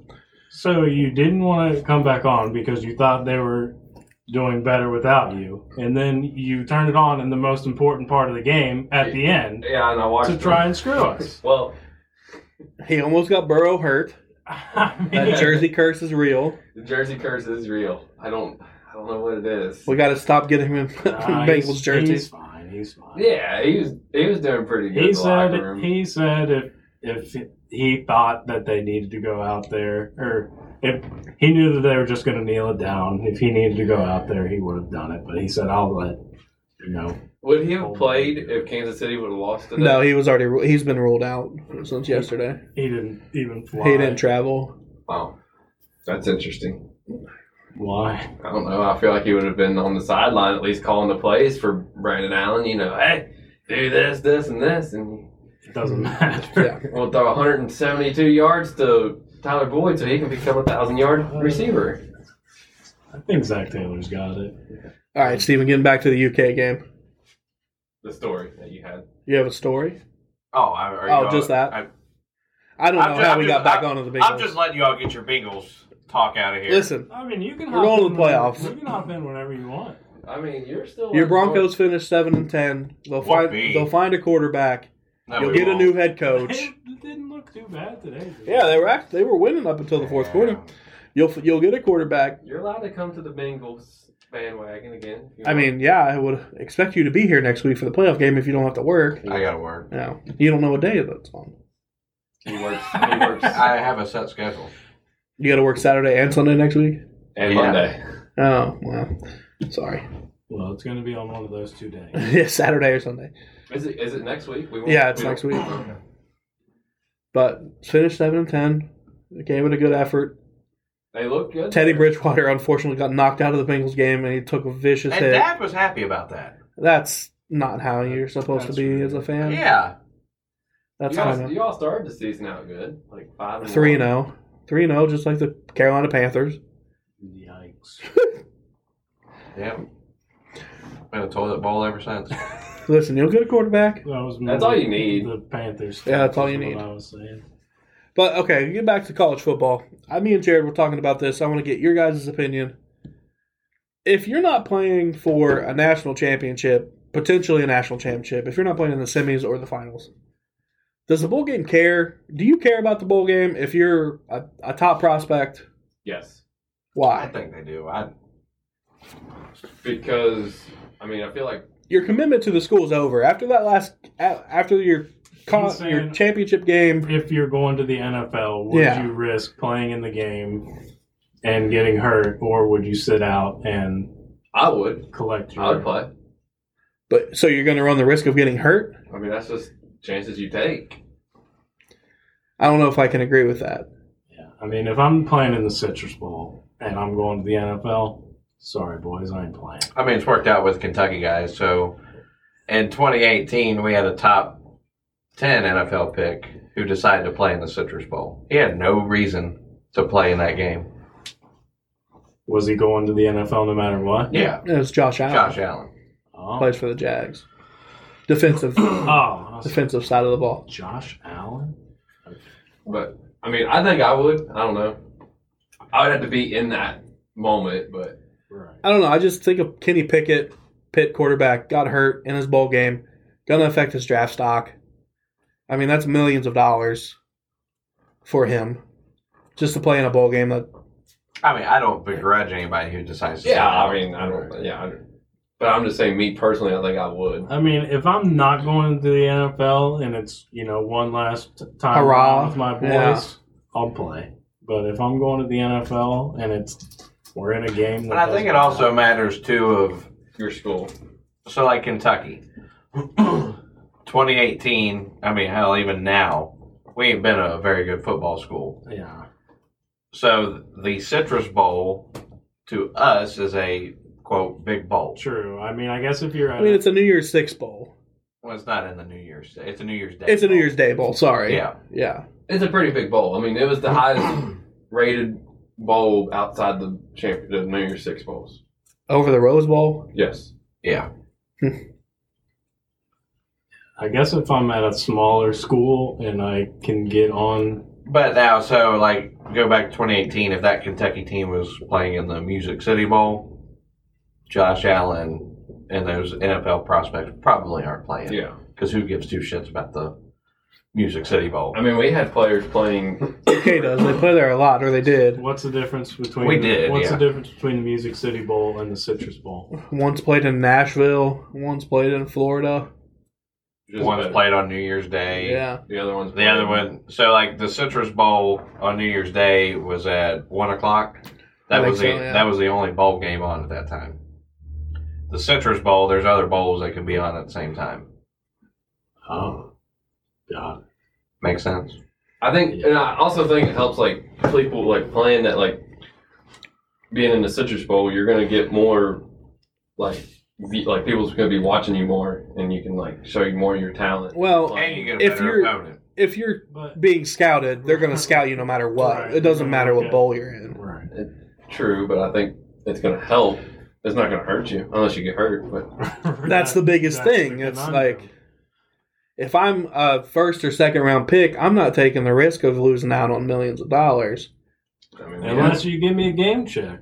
Speaker 3: So you didn't want to come back on because you thought they were doing better without you, and then you turned it on in the most important part of the game at the end
Speaker 4: Yeah, and I watched
Speaker 3: to
Speaker 4: it.
Speaker 3: try and screw us.
Speaker 4: Well,
Speaker 1: He almost got Burrow hurt.
Speaker 3: I mean,
Speaker 1: That Jersey curse is real.
Speaker 4: the Jersey curse is real. I don't, I don't know what it is.
Speaker 1: We got to stop getting him in
Speaker 3: nah,
Speaker 1: Bengals
Speaker 3: he's-
Speaker 1: jerseys.
Speaker 3: He's fine. He's fine.
Speaker 4: Yeah, he was, he was doing pretty good. in
Speaker 3: he
Speaker 4: the locker
Speaker 3: said
Speaker 4: room.
Speaker 3: he said if if he thought that they needed to go out there or if he knew that they were just going to kneel it down if he needed to go out there he would have done it but he said i'll let you know
Speaker 4: would he
Speaker 3: Oh
Speaker 4: have played if Kansas City would have lost today?
Speaker 1: No, he was already. ru- He's been ruled out since yesterday.
Speaker 3: he didn't even fly
Speaker 1: He didn't travel.
Speaker 4: Wow, that's interesting.
Speaker 3: why
Speaker 4: I don't know. I feel like he would have been on the sideline at least calling the plays for Brandon Allen. You know, hey, do this, this, and this, and
Speaker 3: it doesn't
Speaker 1: Yeah.
Speaker 3: matter
Speaker 4: we'll throw 172 yards to Tyler Boyd so he can become a thousand yard
Speaker 3: Oh.
Speaker 4: receiver.
Speaker 3: i think zach taylor's got it
Speaker 1: All right, Stephen. Getting back to the UK game.
Speaker 4: The story that you had.
Speaker 1: You have a story?
Speaker 2: Oh, I, are
Speaker 1: Oh,
Speaker 2: you-
Speaker 1: just that.
Speaker 2: I,
Speaker 1: I don't
Speaker 2: I'm
Speaker 1: know
Speaker 2: just-
Speaker 1: how
Speaker 2: I'm
Speaker 1: we
Speaker 2: just-
Speaker 1: got back onto the Bengals.
Speaker 2: I'm just letting y'all get your Bengals talk out of here.
Speaker 1: Listen,
Speaker 3: i mean you can
Speaker 1: We're going
Speaker 3: hop
Speaker 1: to
Speaker 3: in
Speaker 1: the playoffs.
Speaker 3: whenever- you can hop in whenever you want
Speaker 4: I mean, you're still
Speaker 1: your
Speaker 4: like,
Speaker 1: Broncos finished seven and ten. They'll find.
Speaker 2: Whoopee.
Speaker 1: They'll find a quarterback.
Speaker 2: No,
Speaker 1: You'll
Speaker 2: we
Speaker 1: get a
Speaker 2: won't.
Speaker 1: new head coach.
Speaker 3: it didn't look too bad today did it?
Speaker 1: Yeah, they were act- they were winning up until the fourth quarter. You'll you'll get a quarterback.
Speaker 4: You're allowed to come to the Bengals bandwagon again. if you
Speaker 1: I
Speaker 4: want.
Speaker 1: mean, yeah, I would expect you to be here next week for the playoff game if you don't have to work.
Speaker 2: I got to work.
Speaker 1: No, you don't know what day that's on.
Speaker 4: he works. He works.
Speaker 2: I have a set schedule.
Speaker 1: You got to work Saturday and Sunday next week.
Speaker 4: and
Speaker 2: Yeah.
Speaker 4: Monday.
Speaker 1: Oh well, sorry.
Speaker 3: well it's going to be on one of those two days
Speaker 1: Yeah, Saturday or Sunday.
Speaker 4: Is it? Is it next week? We won't-
Speaker 1: Yeah, it's
Speaker 4: we don't-
Speaker 1: next week. But finished seven and ten. Gave it a good effort.
Speaker 4: They look good.
Speaker 1: Teddy Bridgewater unfortunately got knocked out of the Bengals game, and he took a vicious
Speaker 2: And
Speaker 1: hit.
Speaker 2: Dad was happy about that.
Speaker 1: That's not how you're supposed to
Speaker 3: That's
Speaker 1: be
Speaker 3: right.
Speaker 1: as a fan.
Speaker 2: Yeah.
Speaker 1: That's kind
Speaker 4: y'all,
Speaker 1: of
Speaker 4: y'all started the season out good, like five and
Speaker 1: three
Speaker 4: one.
Speaker 1: and oh. zero, three and zero, just like the Carolina Panthers.
Speaker 3: yikes
Speaker 2: Yep. Been a toilet bowl ever since.
Speaker 1: Listen, you'll get a quarterback.
Speaker 3: that was
Speaker 4: That's all you need.
Speaker 3: the panthers
Speaker 1: Yeah, that's all you
Speaker 3: is what
Speaker 1: need.
Speaker 3: i was saying
Speaker 1: But okay, get back to college football. I, me and Jared were talking about this. I want to get your guys' opinion. If you're not playing for a national championship, potentially a national championship, if you're not playing in the semis or the finals, does the bowl game care? Do you care about the bowl game if you're a, a top prospect?
Speaker 4: Yes,
Speaker 2: I
Speaker 1: Why?
Speaker 2: think they do. I
Speaker 4: because I mean, I feel like
Speaker 1: Your commitment to the school is over after that last a- after your con,
Speaker 3: He's saying-
Speaker 1: your championship game.
Speaker 3: if you're going to the NFL, would
Speaker 1: Yeah.
Speaker 3: you risk playing in the game and getting hurt, or would you sit out and
Speaker 4: I would.
Speaker 3: collect your?
Speaker 4: I would play.
Speaker 1: But so you're going to run the risk of getting hurt?
Speaker 4: I mean, that's just chances you take.
Speaker 1: I don't know if I can agree with that.
Speaker 3: Yeah, I mean, if I'm playing in the Citrus Bowl and I'm going to the NFL, sorry boys, I ain't playing.
Speaker 2: I mean, it's worked out with Kentucky guys. So in 2018, we had a top 10 NFL pick who decided to play in the Citrus Bowl. He had no reason to play in that game.
Speaker 3: Was he going to the NFL no matter what?
Speaker 2: Yeah.
Speaker 1: It was Josh Allen.
Speaker 2: Josh Allen.
Speaker 3: Oh,
Speaker 1: Plays for the Jags. Defensive
Speaker 3: oh I was-
Speaker 1: defensive side of the ball.
Speaker 3: Josh Allen.
Speaker 4: But I mean, I think I would. I don't know. I would have to be in that moment, but
Speaker 3: Right.
Speaker 1: I don't know. I just think of Kenny Pickett, Pitt quarterback, got hurt in his bowl game. Gonna affect his draft stock. I mean, that's millions of dollars for him just to play in a bowl game. That
Speaker 2: I mean, I don't begrudge anybody who decides to
Speaker 4: yeah,
Speaker 2: sign up.
Speaker 4: I mean, I don't. Yeah, I don't, but I'm just saying, me personally, I think I would.
Speaker 3: I mean, if I'm not going to the NFL and it's you know one last t- time
Speaker 1: Hurrah.
Speaker 3: with my boys,
Speaker 1: Yeah.
Speaker 3: I'll play. But if I'm going to the NFL and it's we're in a game,
Speaker 2: But I think it also matters, too, of
Speaker 4: Your school.
Speaker 2: so like Kentucky, 2018. I mean, hell, even now, we ain't been a very good football school.
Speaker 3: yeah,
Speaker 2: So the Citrus Bowl to us is a quote big bowl.
Speaker 3: true. I mean, I guess if you're, at
Speaker 1: I mean, it's a New Year's Six bowl.
Speaker 2: Well, it's not in the New Year's. It's a New Year's Day.
Speaker 1: It's a New
Speaker 2: bowl.
Speaker 1: Year's Day bowl. Sorry.
Speaker 2: Yeah,
Speaker 1: Yeah.
Speaker 4: It's a pretty big bowl. I mean, it was the highest rated bowl outside the champion, the New Year's Six bowls.
Speaker 1: Over the Rose Bowl.
Speaker 4: Yes.
Speaker 2: yeah.
Speaker 3: I guess if I'm at a smaller school and I can get on,
Speaker 2: But now, so like go back to 2018. If that Kentucky team was playing in the Music City Bowl, Josh Allen and those NFL prospects probably aren't playing.
Speaker 4: Yeah.
Speaker 2: Because who gives two shits about the Music City Bowl?
Speaker 4: I mean, we had players playing.
Speaker 1: UK does. They play there a lot, or they did.
Speaker 3: what's the difference between
Speaker 2: We did,
Speaker 3: what's
Speaker 2: yeah.
Speaker 3: the difference between the Music City Bowl and the Citrus Bowl?
Speaker 1: Once played in Nashville. Once played in Florida.
Speaker 4: Just
Speaker 2: One's
Speaker 4: better.
Speaker 2: played on New Year's Day.
Speaker 1: Yeah.
Speaker 4: The other one's
Speaker 2: The
Speaker 1: Um,
Speaker 2: other one, so like the Citrus Bowl on New Year's Day was at one o'clock.
Speaker 1: I
Speaker 2: That
Speaker 1: think
Speaker 2: was the
Speaker 1: so, yeah.
Speaker 2: that was the only bowl game on at that time. The Citrus Bowl, there's other bowls that can be on at the same time.
Speaker 3: Oh, God,
Speaker 2: Makes sense.
Speaker 4: I think, and I also think it helps like people like playing that like being in the Citrus Bowl. You're gonna get more like v- like people's gonna be watching you more, and you can like show you more of your talent.
Speaker 1: Well,
Speaker 2: And you get a
Speaker 1: If
Speaker 2: better
Speaker 1: you're-
Speaker 2: opponent.
Speaker 1: if you're
Speaker 3: but
Speaker 1: being scouted, they're gonna scout you no matter what.
Speaker 3: Right.
Speaker 1: It doesn't matter what
Speaker 3: Okay.
Speaker 1: bowl you're in.
Speaker 3: right.
Speaker 4: True, but I think it's gonna help. It's not gonna hurt you unless you get hurt. But
Speaker 1: That's the biggest
Speaker 3: That's the
Speaker 1: thing. It's
Speaker 3: conundrum.
Speaker 1: like- if I'm a first or second round pick, I'm not taking the risk of losing out on millions of dollars.
Speaker 4: I mean, yeah.
Speaker 3: Unless you give me a game check,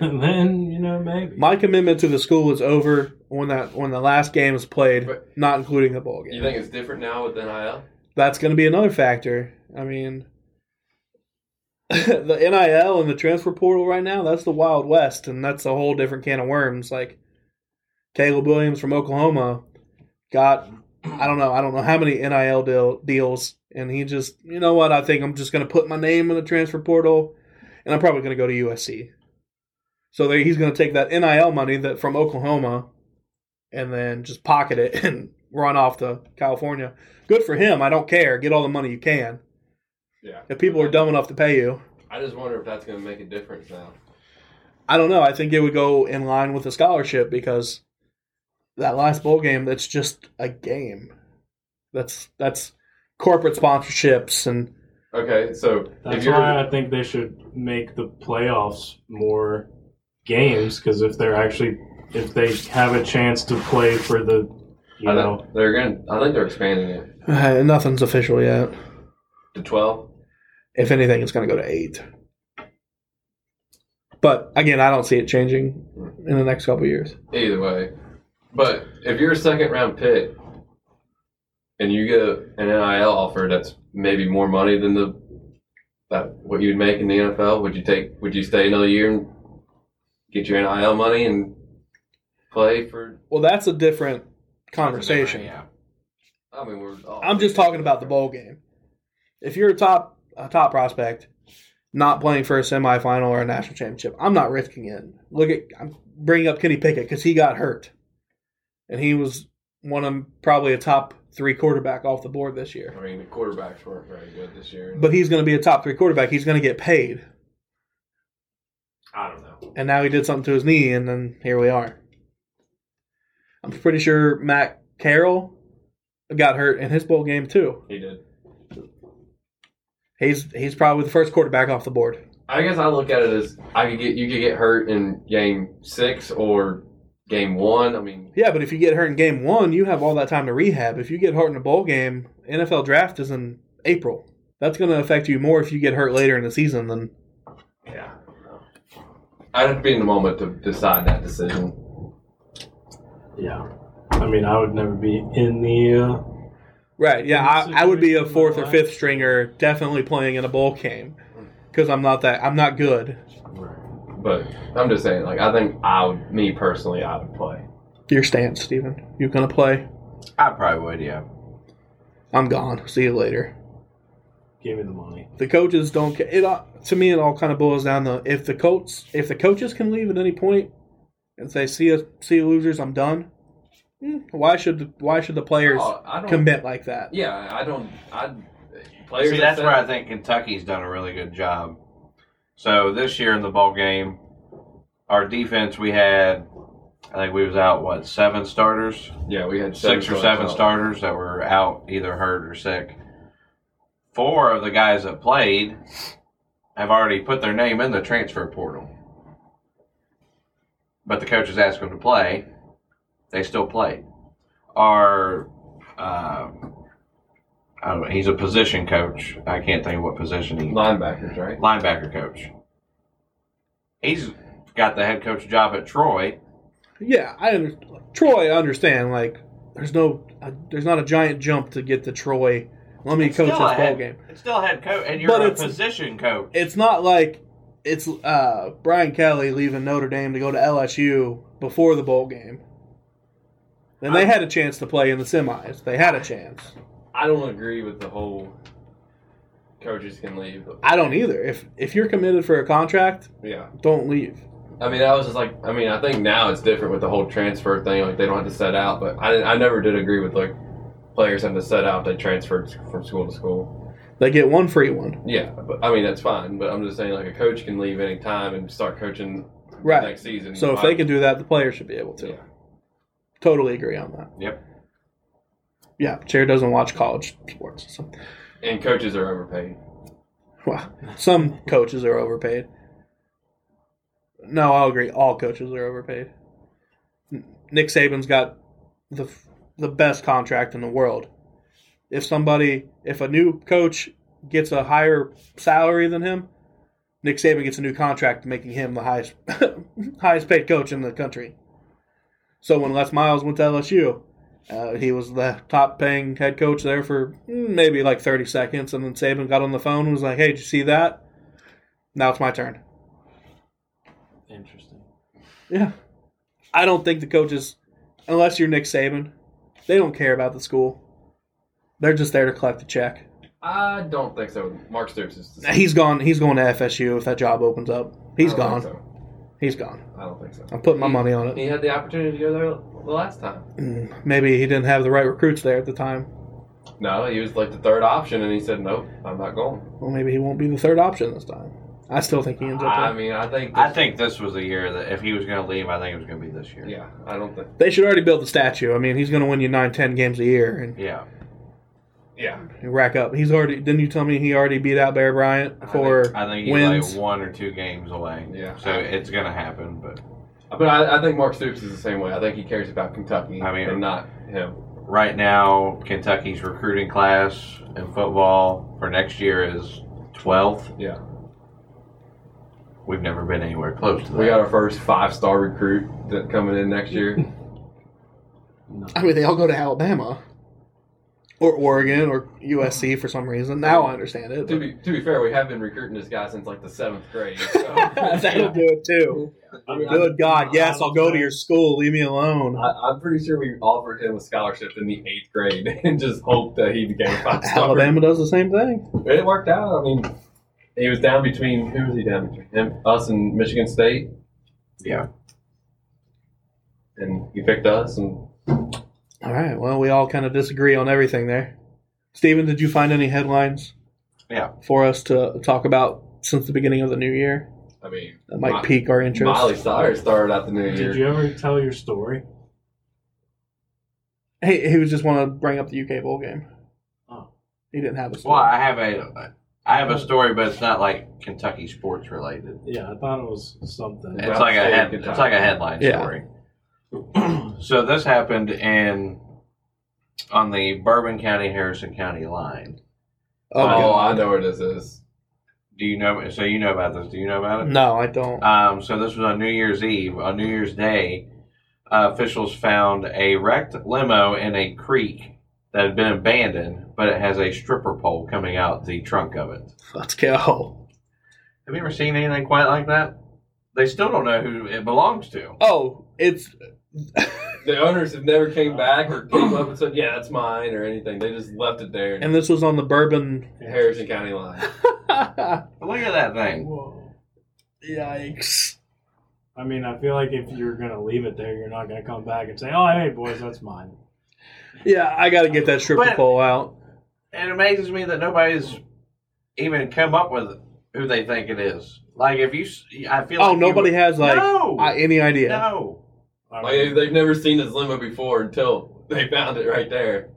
Speaker 3: then you know maybe.
Speaker 1: My commitment to the school is over when that when the last game is played,
Speaker 4: But-
Speaker 1: not including the bowl
Speaker 4: you
Speaker 1: game.
Speaker 4: think it's different now with NIL?
Speaker 1: That's going to be another factor. I mean, the NIL and the transfer portal right now, that's the Wild West, and that's a whole different can of worms. Like Caleb Williams from Oklahoma got, I don't know, I don't know how many NIL deal, deals, and he just, you know what, I think I'm just going to put my name in the transfer portal, and I'm probably going to go to USC. So there, he's going to take that NIL money that from Oklahoma and then just pocket it and run off to California. Good for him. I don't care. Get all the money you can.
Speaker 4: Yeah.
Speaker 1: If people are dumb enough to pay you,
Speaker 4: I just wonder if that's gonna make a difference now.
Speaker 1: I don't know. I think it would go in line with the scholarship because that last bowl game, that's just a game. That's that's corporate sponsorships and
Speaker 4: Okay, so if
Speaker 3: That's
Speaker 4: you're
Speaker 3: why I think they should make the playoffs more games because if they're actually if they have a chance to play for the you
Speaker 4: I
Speaker 3: know
Speaker 4: think they're gonna. I think they're expanding it
Speaker 1: uh, nothing's official yet.
Speaker 4: to twelve.
Speaker 1: If anything, it's going to go to eight. But again, I don't see it changing in the next couple of years.
Speaker 4: Either way, but if you're a second round pick and you get an NIL offer that's maybe more money than the that what you'd make in the NFL, would you take? Would you stay another year and get your NIL money and play for?
Speaker 1: Well, that's a different conversation.
Speaker 2: Yeah.
Speaker 4: I mean, we're. All
Speaker 1: I'm just talking about the bowl game. If you're a top a top prospect, not playing for a semifinal or a national championship, I'm not risking it. Look at I'm bringing up Kenny Pickett because he got hurt, and he was one of probably a top three quarterback off the board this year.
Speaker 4: I mean, the quarterbacks weren't very good this year.
Speaker 1: But he's going to be a top three quarterback. He's going to get paid.
Speaker 4: I don't know.
Speaker 1: And now he did something to his knee, and then here we are. I'm pretty sure Matt Carroll got hurt in his bowl game too.
Speaker 4: He did.
Speaker 1: He's he's probably the first quarterback off the board.
Speaker 4: I guess I look at it as I could get you could get hurt in game six or game one. I mean,
Speaker 1: Yeah, but if you get hurt in game one, you have all that time to rehab. If you get hurt in a bowl game, NFL draft is in April. That's going to affect you more if you get hurt later in the season than
Speaker 4: yeah. I don't know. I'd have to be in the moment to decide that decision.
Speaker 3: Yeah. I mean, I would never be in the. Uh,
Speaker 1: Right. Yeah,
Speaker 3: In this
Speaker 1: I, I would be a
Speaker 3: situation,
Speaker 1: fourth or
Speaker 3: why?
Speaker 1: fifth stringer, definitely playing in a bowl game because I'm not that. I'm not good.
Speaker 3: uh,
Speaker 4: But I'm just saying, like, I think I would, me personally, I would play.
Speaker 1: Your stance, Steven. You gonna play?
Speaker 2: I probably would, yeah.
Speaker 1: I'm gone. See you later.
Speaker 3: Give me the money.
Speaker 1: The coaches don't. ca- It all- to me, it all kind of boils down to if the coach, if the coaches can leave at any point and say, "See you, see you, losers. I'm done." hmm, Why should the, why should the players
Speaker 4: Oh, I don't,
Speaker 1: commit like that?
Speaker 4: Yeah, I don't. I players.
Speaker 2: See,
Speaker 4: that
Speaker 2: that's
Speaker 4: said-
Speaker 2: where I think Kentucky's done a really good job. So this year in the ball game, our defense we had, I think we was out what seven starters,
Speaker 4: Yeah, we had
Speaker 2: six or seven
Speaker 4: stars.
Speaker 2: starters that were out either hurt or sick. Four of the guys that played have already put their name in the transfer portal, but the coaches asked them to play. They still played. Our uh, I don't know, he's a position coach. I can't think of what position he
Speaker 4: linebackers, right?
Speaker 2: linebacker coach. He's got the head coach job at Troy.
Speaker 1: Yeah, I under, Troy. I understand. Like, there's no, uh, there's not a giant jump to get to Troy. Let me coach this
Speaker 2: a
Speaker 1: ball
Speaker 2: head,
Speaker 1: game.
Speaker 2: It's still a head coach, and you're
Speaker 1: But
Speaker 2: a
Speaker 1: it's-
Speaker 2: position coach.
Speaker 1: It's not like it's uh, Brian Kelly leaving Notre Dame to go to LSU before the bowl game. Then they
Speaker 4: I'm-
Speaker 1: had a chance to play in the semis. They had a chance.
Speaker 4: I don't agree with the whole coaches can leave.
Speaker 1: I don't either. If if you're committed for a contract,
Speaker 4: Yeah,
Speaker 1: don't leave.
Speaker 4: I mean, I was just like, I mean, I think now it's different with the whole transfer thing. Like they don't have to set out, but I, didn't- I never did agree with like players having to set out. They transferred from school to school.
Speaker 1: They get one free one.
Speaker 4: Yeah, but I mean that's fine. But I'm just saying, like a coach can leave any time and start coaching
Speaker 1: Right.
Speaker 4: next season.
Speaker 1: So if they can do that, the players should be able to.
Speaker 4: Yeah.
Speaker 1: Totally agree on that.
Speaker 2: Yep.
Speaker 1: Yeah, Chair doesn't watch college sports. So.
Speaker 4: and coaches are overpaid.
Speaker 1: Well, some coaches are overpaid. No, I'll agree. All coaches are overpaid. N- Nick Saban's got the f- the best contract in the world. If somebody, if a new coach gets a higher salary than him, Nick Saban gets a new contract, making him the highest highest paid coach in the country. So when Les Miles went to LSU, uh, he was the top paying head coach there for mm, maybe like 30 seconds. And then Saban got on the phone and was like, hey, did you see that? Now it's my turn.
Speaker 3: Interesting.
Speaker 1: Yeah. I don't think the coaches, unless you're Nick Saban, they don't care about the school. They're just there to collect a check.
Speaker 4: I don't think so. Mark Stoops is. the same.
Speaker 1: He's gone. He's going to FSU if that job opens up. He's
Speaker 4: I don't
Speaker 1: gone.
Speaker 4: think
Speaker 1: He's gone.
Speaker 4: so. I don't think so.
Speaker 1: I'm putting my
Speaker 4: He-
Speaker 1: money on it.
Speaker 4: He had the opportunity to go there the last time.
Speaker 1: Mm, Maybe he didn't have the right recruits there at the time.
Speaker 4: No, he was like the third option, and he said, "Nope, I'm not going."
Speaker 1: Well, maybe he won't be the third option this time. I still think he ends up.
Speaker 4: I
Speaker 1: there.
Speaker 4: mean, I think.
Speaker 2: I think this was the year that if he was going to leave, I think it was going to be this year.
Speaker 4: Yeah, I don't think.
Speaker 1: They should already build the statue. I mean, he's going to win you nine, ten games a year, and
Speaker 2: Yeah.
Speaker 4: Yeah,
Speaker 1: You rack up. He's already. Didn't you tell me he already beat out Bear Bryant for?
Speaker 2: I think he's
Speaker 1: Wins.
Speaker 2: like one or two games away.
Speaker 4: Yeah.
Speaker 2: So it's going to happen, but
Speaker 4: but I, I think Mark Stoops is the same way. I think he cares about Kentucky
Speaker 2: I mean-
Speaker 4: and not him.
Speaker 2: right now Kentucky's recruiting class in football for next year is 12th.
Speaker 4: Yeah.
Speaker 2: We've never been anywhere close to that.
Speaker 4: We got our first five-star recruit that coming in next year.
Speaker 3: No.
Speaker 1: I mean, they all go to Alabama, or Oregon, or USC for some reason. Now I understand it.
Speaker 4: to
Speaker 1: but-
Speaker 4: be to be fair, we have been recruiting this guy since like the seventh grade. So.
Speaker 1: That'll do it too. Good God, yes, I'll go to your school. Leave me alone.
Speaker 4: I, I'm pretty sure we offered him a scholarship in the eighth grade and just hoped that he became a five-star.
Speaker 1: Alabama does the same thing.
Speaker 4: It worked out. I mean, he was down between who was he down between him, us, and Michigan State.
Speaker 2: Yeah.
Speaker 4: and he picked us, and
Speaker 1: All right. Well, we all kind of disagree on everything there. Steven, did you find any headlines?
Speaker 2: Yeah.
Speaker 1: For us to talk about since the beginning of the new year
Speaker 4: I mean,
Speaker 1: that might
Speaker 4: Mi-
Speaker 1: pique our interest.
Speaker 4: Miley Cyrus started out the new year.
Speaker 3: Did you ever tell your story?
Speaker 1: Hey, he was just want to bring up the UK bowl game.
Speaker 3: Oh.
Speaker 1: He didn't have a
Speaker 2: Well,
Speaker 1: story.
Speaker 2: I have a, I have a story, but it's not like Kentucky sports related.
Speaker 3: Yeah, I thought it was something.
Speaker 2: It's like a
Speaker 4: State
Speaker 2: head,
Speaker 4: Kentucky.
Speaker 2: it's like a headline
Speaker 1: Yeah.
Speaker 2: story. so this happened in on the Bourbon County Harrison County line.
Speaker 1: Oh,
Speaker 4: oh,
Speaker 1: God.
Speaker 4: I know where this is.
Speaker 2: Do you know? So you know about this? Do you know about it?
Speaker 1: no, I don't.
Speaker 2: Um, so this was on New Year's Eve. On New Year's Day, uh, officials found a wrecked limo in a creek that had been abandoned, but it has a stripper pole coming out the trunk of it.
Speaker 1: Let's go.
Speaker 2: Have you ever seen anything quite like that? They still don't know who it belongs to.
Speaker 1: Oh, it's
Speaker 4: The owners have never came back or came up and said, "Yeah, that's mine" or anything. They just left it there in
Speaker 1: and this was on the bourbon.
Speaker 4: Harrison County line.
Speaker 2: Look at that thing.
Speaker 3: Whoa.
Speaker 1: Yikes!
Speaker 3: I mean, I feel like if you're gonna leave it there, you're not gonna come back and say, "Oh, hey, boys, that's mine."
Speaker 1: Yeah, I got to get that stripper
Speaker 2: But-
Speaker 1: pole out.
Speaker 2: It amazes me that nobody's even come up with who they think it is. Like if you, s- I feel.
Speaker 1: Oh,
Speaker 2: like you-
Speaker 1: nobody has like
Speaker 2: no,
Speaker 1: I, any idea.
Speaker 2: no.
Speaker 3: I
Speaker 4: Like
Speaker 3: mean,
Speaker 4: they- they've never seen this limo before until they found it right there.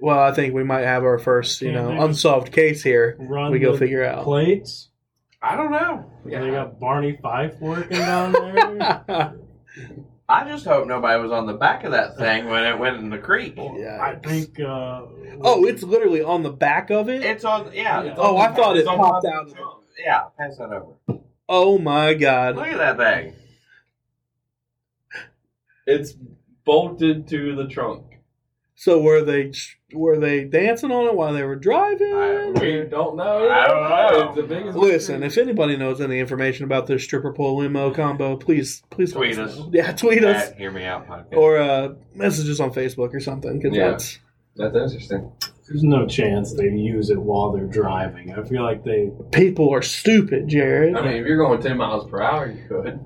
Speaker 1: Well, I think we might have our first, you
Speaker 3: Yeah,
Speaker 1: know,
Speaker 3: maybe.
Speaker 1: unsolved case here.
Speaker 3: run
Speaker 1: We go
Speaker 3: the
Speaker 1: figure out.
Speaker 3: plates.
Speaker 2: I don't know.
Speaker 3: They
Speaker 4: Yeah.
Speaker 3: got Barney Fife working down there.
Speaker 2: I just hope nobody was on the back of that thing when it went in the creek.
Speaker 1: Yeah.
Speaker 3: I think. Uh,
Speaker 1: oh, it's literally on the back of it.
Speaker 2: It's on, yeah. it's
Speaker 1: Oh,
Speaker 2: on-
Speaker 1: I thought it
Speaker 4: It's all
Speaker 1: popped
Speaker 4: about
Speaker 1: out.
Speaker 4: the trunk.
Speaker 2: yeah. Pass that over.
Speaker 1: oh my god!
Speaker 2: Look at that thing.
Speaker 4: It's bolted to the trunk.
Speaker 1: So were they were they dancing on it while they were driving?
Speaker 2: I-
Speaker 4: We don't know.
Speaker 2: I don't know.
Speaker 4: It's the biggest
Speaker 1: Listen, if anybody knows any information about this stripper pole limo combo, please please let
Speaker 2: Tweet us.
Speaker 1: know. Yeah, tweet us
Speaker 2: At Hear me out podcast.
Speaker 1: or uh, message us on Facebook or something. 'cause
Speaker 4: Yeah.
Speaker 1: that's-
Speaker 4: that's interesting.
Speaker 3: there's no chance they use it while they're driving. I feel like they.
Speaker 1: people are stupid,
Speaker 4: I
Speaker 1: Jared.
Speaker 4: mean, if you're going ten miles per hour, you could.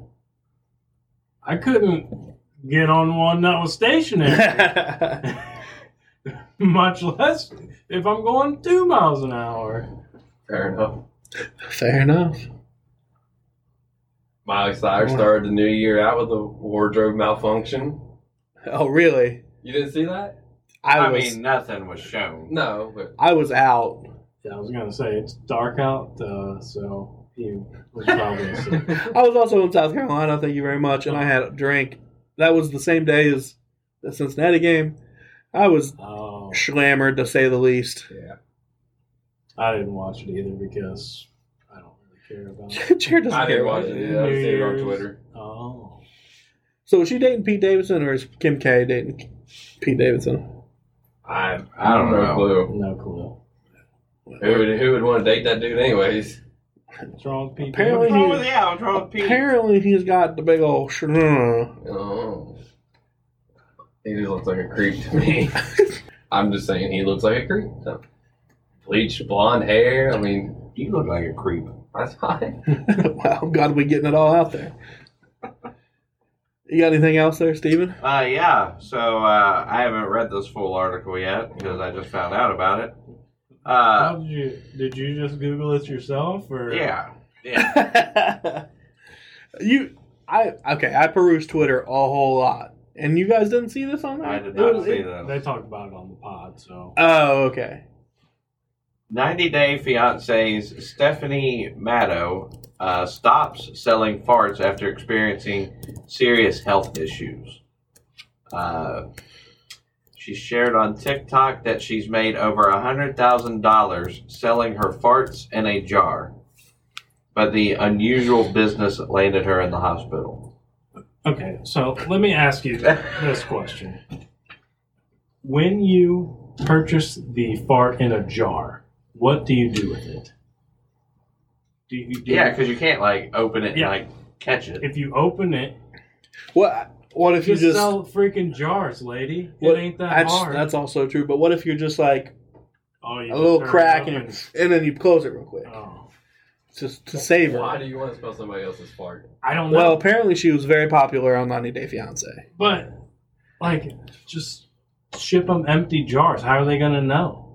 Speaker 3: I couldn't get on one that was stationary, much less if I'm going two miles an hour.
Speaker 4: Fair enough.
Speaker 1: Fair enough.
Speaker 4: Miley Cyrus started the new year out with a wardrobe malfunction.
Speaker 1: Oh really?
Speaker 4: You didn't see that?
Speaker 1: I,
Speaker 2: I
Speaker 1: was
Speaker 2: mean, nothing was shown.
Speaker 4: No, but
Speaker 1: I was out.
Speaker 3: Yeah, I was gonna say it's dark out, uh, so he was probably asleep.
Speaker 1: I was also in South Carolina. Thank you very much. And I had a drink. That was the same day as the Cincinnati game. I was
Speaker 3: Oh,
Speaker 1: slammered to say the least.
Speaker 4: yeah.
Speaker 3: I didn't watch it either because I don't really care about it.
Speaker 1: Jared doesn't
Speaker 4: I
Speaker 1: care
Speaker 4: didn't
Speaker 1: about
Speaker 4: watch
Speaker 1: it.
Speaker 4: it. Yeah, I was seeing it on
Speaker 3: New Year's.
Speaker 4: Twitter.
Speaker 3: Oh,
Speaker 1: So is she dating Pete Davidson or is Kim K dating Pete Davidson?
Speaker 4: I
Speaker 2: I don't
Speaker 4: no
Speaker 2: know.
Speaker 4: clue.
Speaker 3: no clue.
Speaker 4: Who would, who would want to date that dude anyways?
Speaker 3: What's wrong with people?
Speaker 1: Apparently-
Speaker 2: What's wrong with yeah? What's wrong with Pete?
Speaker 1: Apparently he's got the big old sh-
Speaker 4: Oh. He just looks like a creep to me. I'm just saying he looks like a creep. So, bleached blonde hair. I mean,
Speaker 2: You look like a creep.
Speaker 4: that's fine.
Speaker 1: Wow, I'm glad we getting it all out there. You got anything else there, Steven?
Speaker 2: Uh, yeah. So uh, I haven't read this full article yet because I just found out about it.
Speaker 3: How
Speaker 2: Uh,
Speaker 3: did you did you just Google it yourself or
Speaker 2: yeah, yeah.
Speaker 1: you I okay, I peruse Twitter a whole lot. And you guys didn't see this on there?
Speaker 2: I did
Speaker 1: It
Speaker 2: not
Speaker 1: was-
Speaker 2: see
Speaker 1: it-
Speaker 2: that.
Speaker 3: They talked about it on the pod, so
Speaker 1: Oh, okay.
Speaker 2: 90 Day Fiance's Stephanie Maddow uh, stops selling farts after experiencing serious health issues. Uh, she shared on TikTok that she's made over $100,000 selling her farts in a jar, but the unusual business landed her in the hospital.
Speaker 3: okay. So let me ask you this question: When you purchase the fart in a jar, what do you do with it? Do you do
Speaker 2: Yeah, because you can't like open it and
Speaker 3: Yeah.
Speaker 2: like catch it.
Speaker 3: if you open it?
Speaker 1: What what if you
Speaker 3: Just,
Speaker 1: just
Speaker 3: sell frereaking jars, lady.
Speaker 1: What-
Speaker 3: it ain't that
Speaker 1: that's,
Speaker 3: hard.
Speaker 1: that's also true, but what if you're just like
Speaker 3: oh, you
Speaker 1: a
Speaker 3: just
Speaker 1: little
Speaker 3: turn it
Speaker 1: crack
Speaker 3: open.
Speaker 1: and, and then you close it real quick.
Speaker 3: Oh,
Speaker 1: Just to save
Speaker 4: Why
Speaker 1: her.
Speaker 4: do you want to smell somebody else's fart?
Speaker 3: I don't know,
Speaker 1: Well, apparently she was very popular on 90 Day Fiance.
Speaker 3: but like, just ship them empty jars. How are they going to know?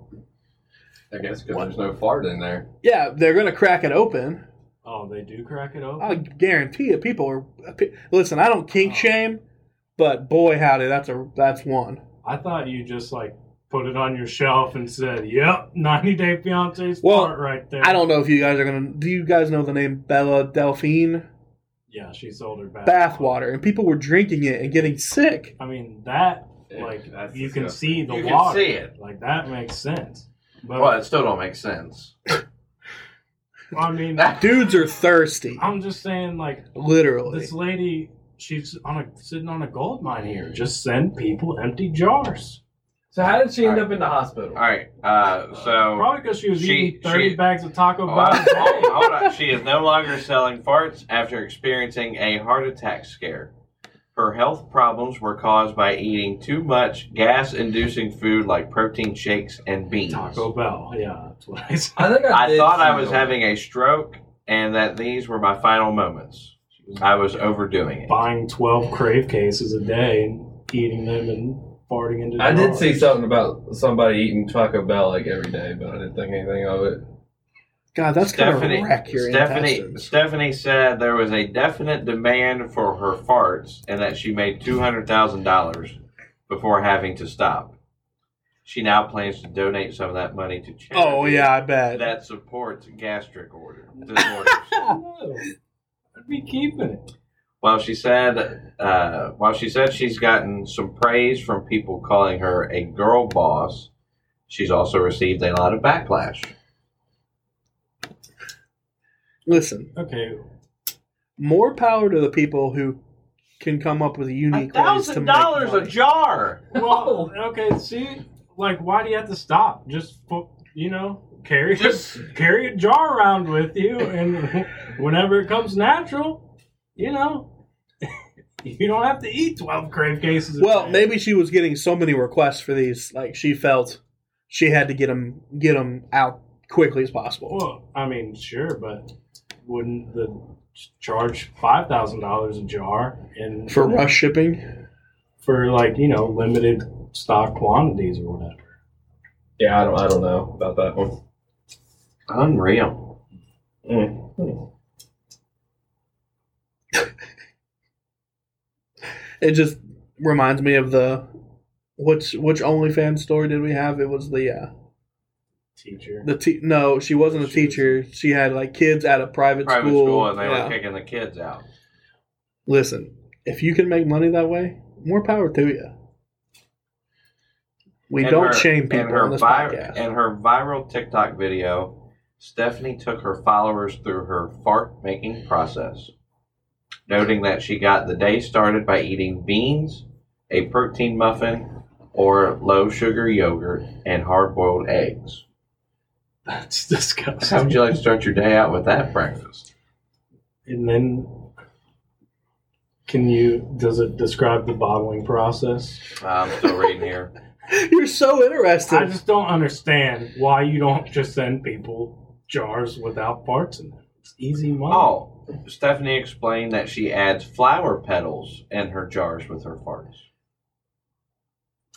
Speaker 4: I guess because there's no fart in there.
Speaker 1: Yeah, they're gonna crack it open.
Speaker 3: Oh, they do crack it open.
Speaker 1: I guarantee you, people are. pe- Listen, I
Speaker 2: Oh.
Speaker 1: don't kink shame, but boy, howdy, that's a that's one.
Speaker 3: I thought you just like put it on your shelf and said, "Yep, 90 Day Fiance's
Speaker 1: Well,
Speaker 3: fart right there."
Speaker 1: I don't know if you guys are gonna. Do you guys know the name Bella Delphine
Speaker 3: Yeah, she sold her bath,
Speaker 1: bathwater? And people were drinking it and getting sick.
Speaker 3: I mean that, like
Speaker 4: That's
Speaker 3: you can
Speaker 4: disgusting.
Speaker 3: see the
Speaker 2: You can
Speaker 3: water.
Speaker 2: see it.
Speaker 3: Like that makes sense. But
Speaker 2: Well, it still don't make sense.
Speaker 3: I mean,
Speaker 1: Dudes are thirsty,
Speaker 2: Oh,
Speaker 3: I'm just saying, like
Speaker 1: literally.
Speaker 3: this lady, she's on a sitting on a gold mine here. Just send people empty jars.
Speaker 4: So how did she end
Speaker 2: All
Speaker 4: up in the hospital?
Speaker 2: All right. Uh,
Speaker 4: Oh.
Speaker 2: so.
Speaker 3: Probably because she was
Speaker 2: She-
Speaker 3: eating 30
Speaker 2: she-
Speaker 3: bags of Taco
Speaker 2: Hold
Speaker 3: Bell.
Speaker 2: on,
Speaker 3: a day.
Speaker 2: hold- Oh, hold on. She is no longer selling farts after experiencing a heart attack scare. Her health problems were caused by eating too much gas inducing food like protein shakes and beans.
Speaker 3: Taco Bell. Yeah, that's what I said.
Speaker 4: I think I,
Speaker 2: I
Speaker 4: did
Speaker 2: thought I
Speaker 4: see
Speaker 2: was
Speaker 4: her.
Speaker 2: having a stroke and that these were my final moments. I was overdoing it.
Speaker 3: Buying 12 crave cases a day and eating them and farting into
Speaker 4: I did
Speaker 3: jars.
Speaker 4: see something about somebody eating Taco Bell like every day, but I didn't think anything of it.
Speaker 1: God, that's gonna
Speaker 2: Stephanie,
Speaker 1: wreck your
Speaker 2: Stephanie,
Speaker 1: intestines.
Speaker 2: Stephanie said there was a definite demand for her farts and that she made $200,000 before having to stop. She now plans to donate some of that money to charity
Speaker 1: Oh yeah, I bet.
Speaker 2: that supports gastric order disorders.
Speaker 3: No. I'd be keeping it.
Speaker 2: while she said, uh, while she said she's gotten some praise from people calling her a girl boss, she's also received a lot of backlash.
Speaker 1: Listen,
Speaker 3: Okay.
Speaker 1: more power to the people who can come up with
Speaker 2: A
Speaker 1: unique ways to
Speaker 2: thousand
Speaker 1: make
Speaker 2: dollars a
Speaker 1: money.
Speaker 2: jar.
Speaker 3: Well, okay, see, like, why do you have to stop? Just, fu- you know, carry
Speaker 2: Just
Speaker 3: carry a jar around with you, and whenever it comes natural, you know, you don't have to eat 12 crave cases. a
Speaker 1: Well,
Speaker 3: day.
Speaker 1: maybe she was getting so many requests for these, like she felt she had to get them get 'em out quickly as possible.
Speaker 3: Well, I mean, sure, but wouldn't the charge five thousand dollars a jar and
Speaker 1: For rush shipping,
Speaker 3: for like you know limited stock quantities or whatever?
Speaker 4: Yeah, I don't, I don't know about that one.
Speaker 2: unreal.
Speaker 4: Mm.
Speaker 1: it just reminds me of the which which OnlyFans story did we have? It was the uh,
Speaker 3: Teacher,
Speaker 1: the te- no, she wasn't a
Speaker 3: She was-
Speaker 1: teacher. She had like kids at a private,
Speaker 2: private
Speaker 1: school.
Speaker 2: school, and they
Speaker 1: Yeah.
Speaker 2: were kicking the kids out.
Speaker 1: Listen, if you can make money that way, more power to you. We
Speaker 2: And
Speaker 1: don't
Speaker 2: her-
Speaker 1: shame
Speaker 2: and
Speaker 1: people
Speaker 2: her
Speaker 1: on this
Speaker 2: vir-
Speaker 1: podcast.
Speaker 2: And her viral TikTok video, Stephanie took her followers through her fart making process, noting that she got the day started by eating beans, a protein muffin, or low sugar yogurt and hard boiled eggs.
Speaker 3: that's
Speaker 2: How would
Speaker 3: disgusting.
Speaker 2: you like to start your day out with that breakfast?
Speaker 3: And then, can you? Does it describe the bottling process?
Speaker 2: Uh, I'm still reading here.
Speaker 1: You're so interested.
Speaker 3: I just don't understand why you don't just send people jars without parts in them. It's easy money.
Speaker 2: Oh, Stephanie explained that she adds flower petals in her jars with her farts.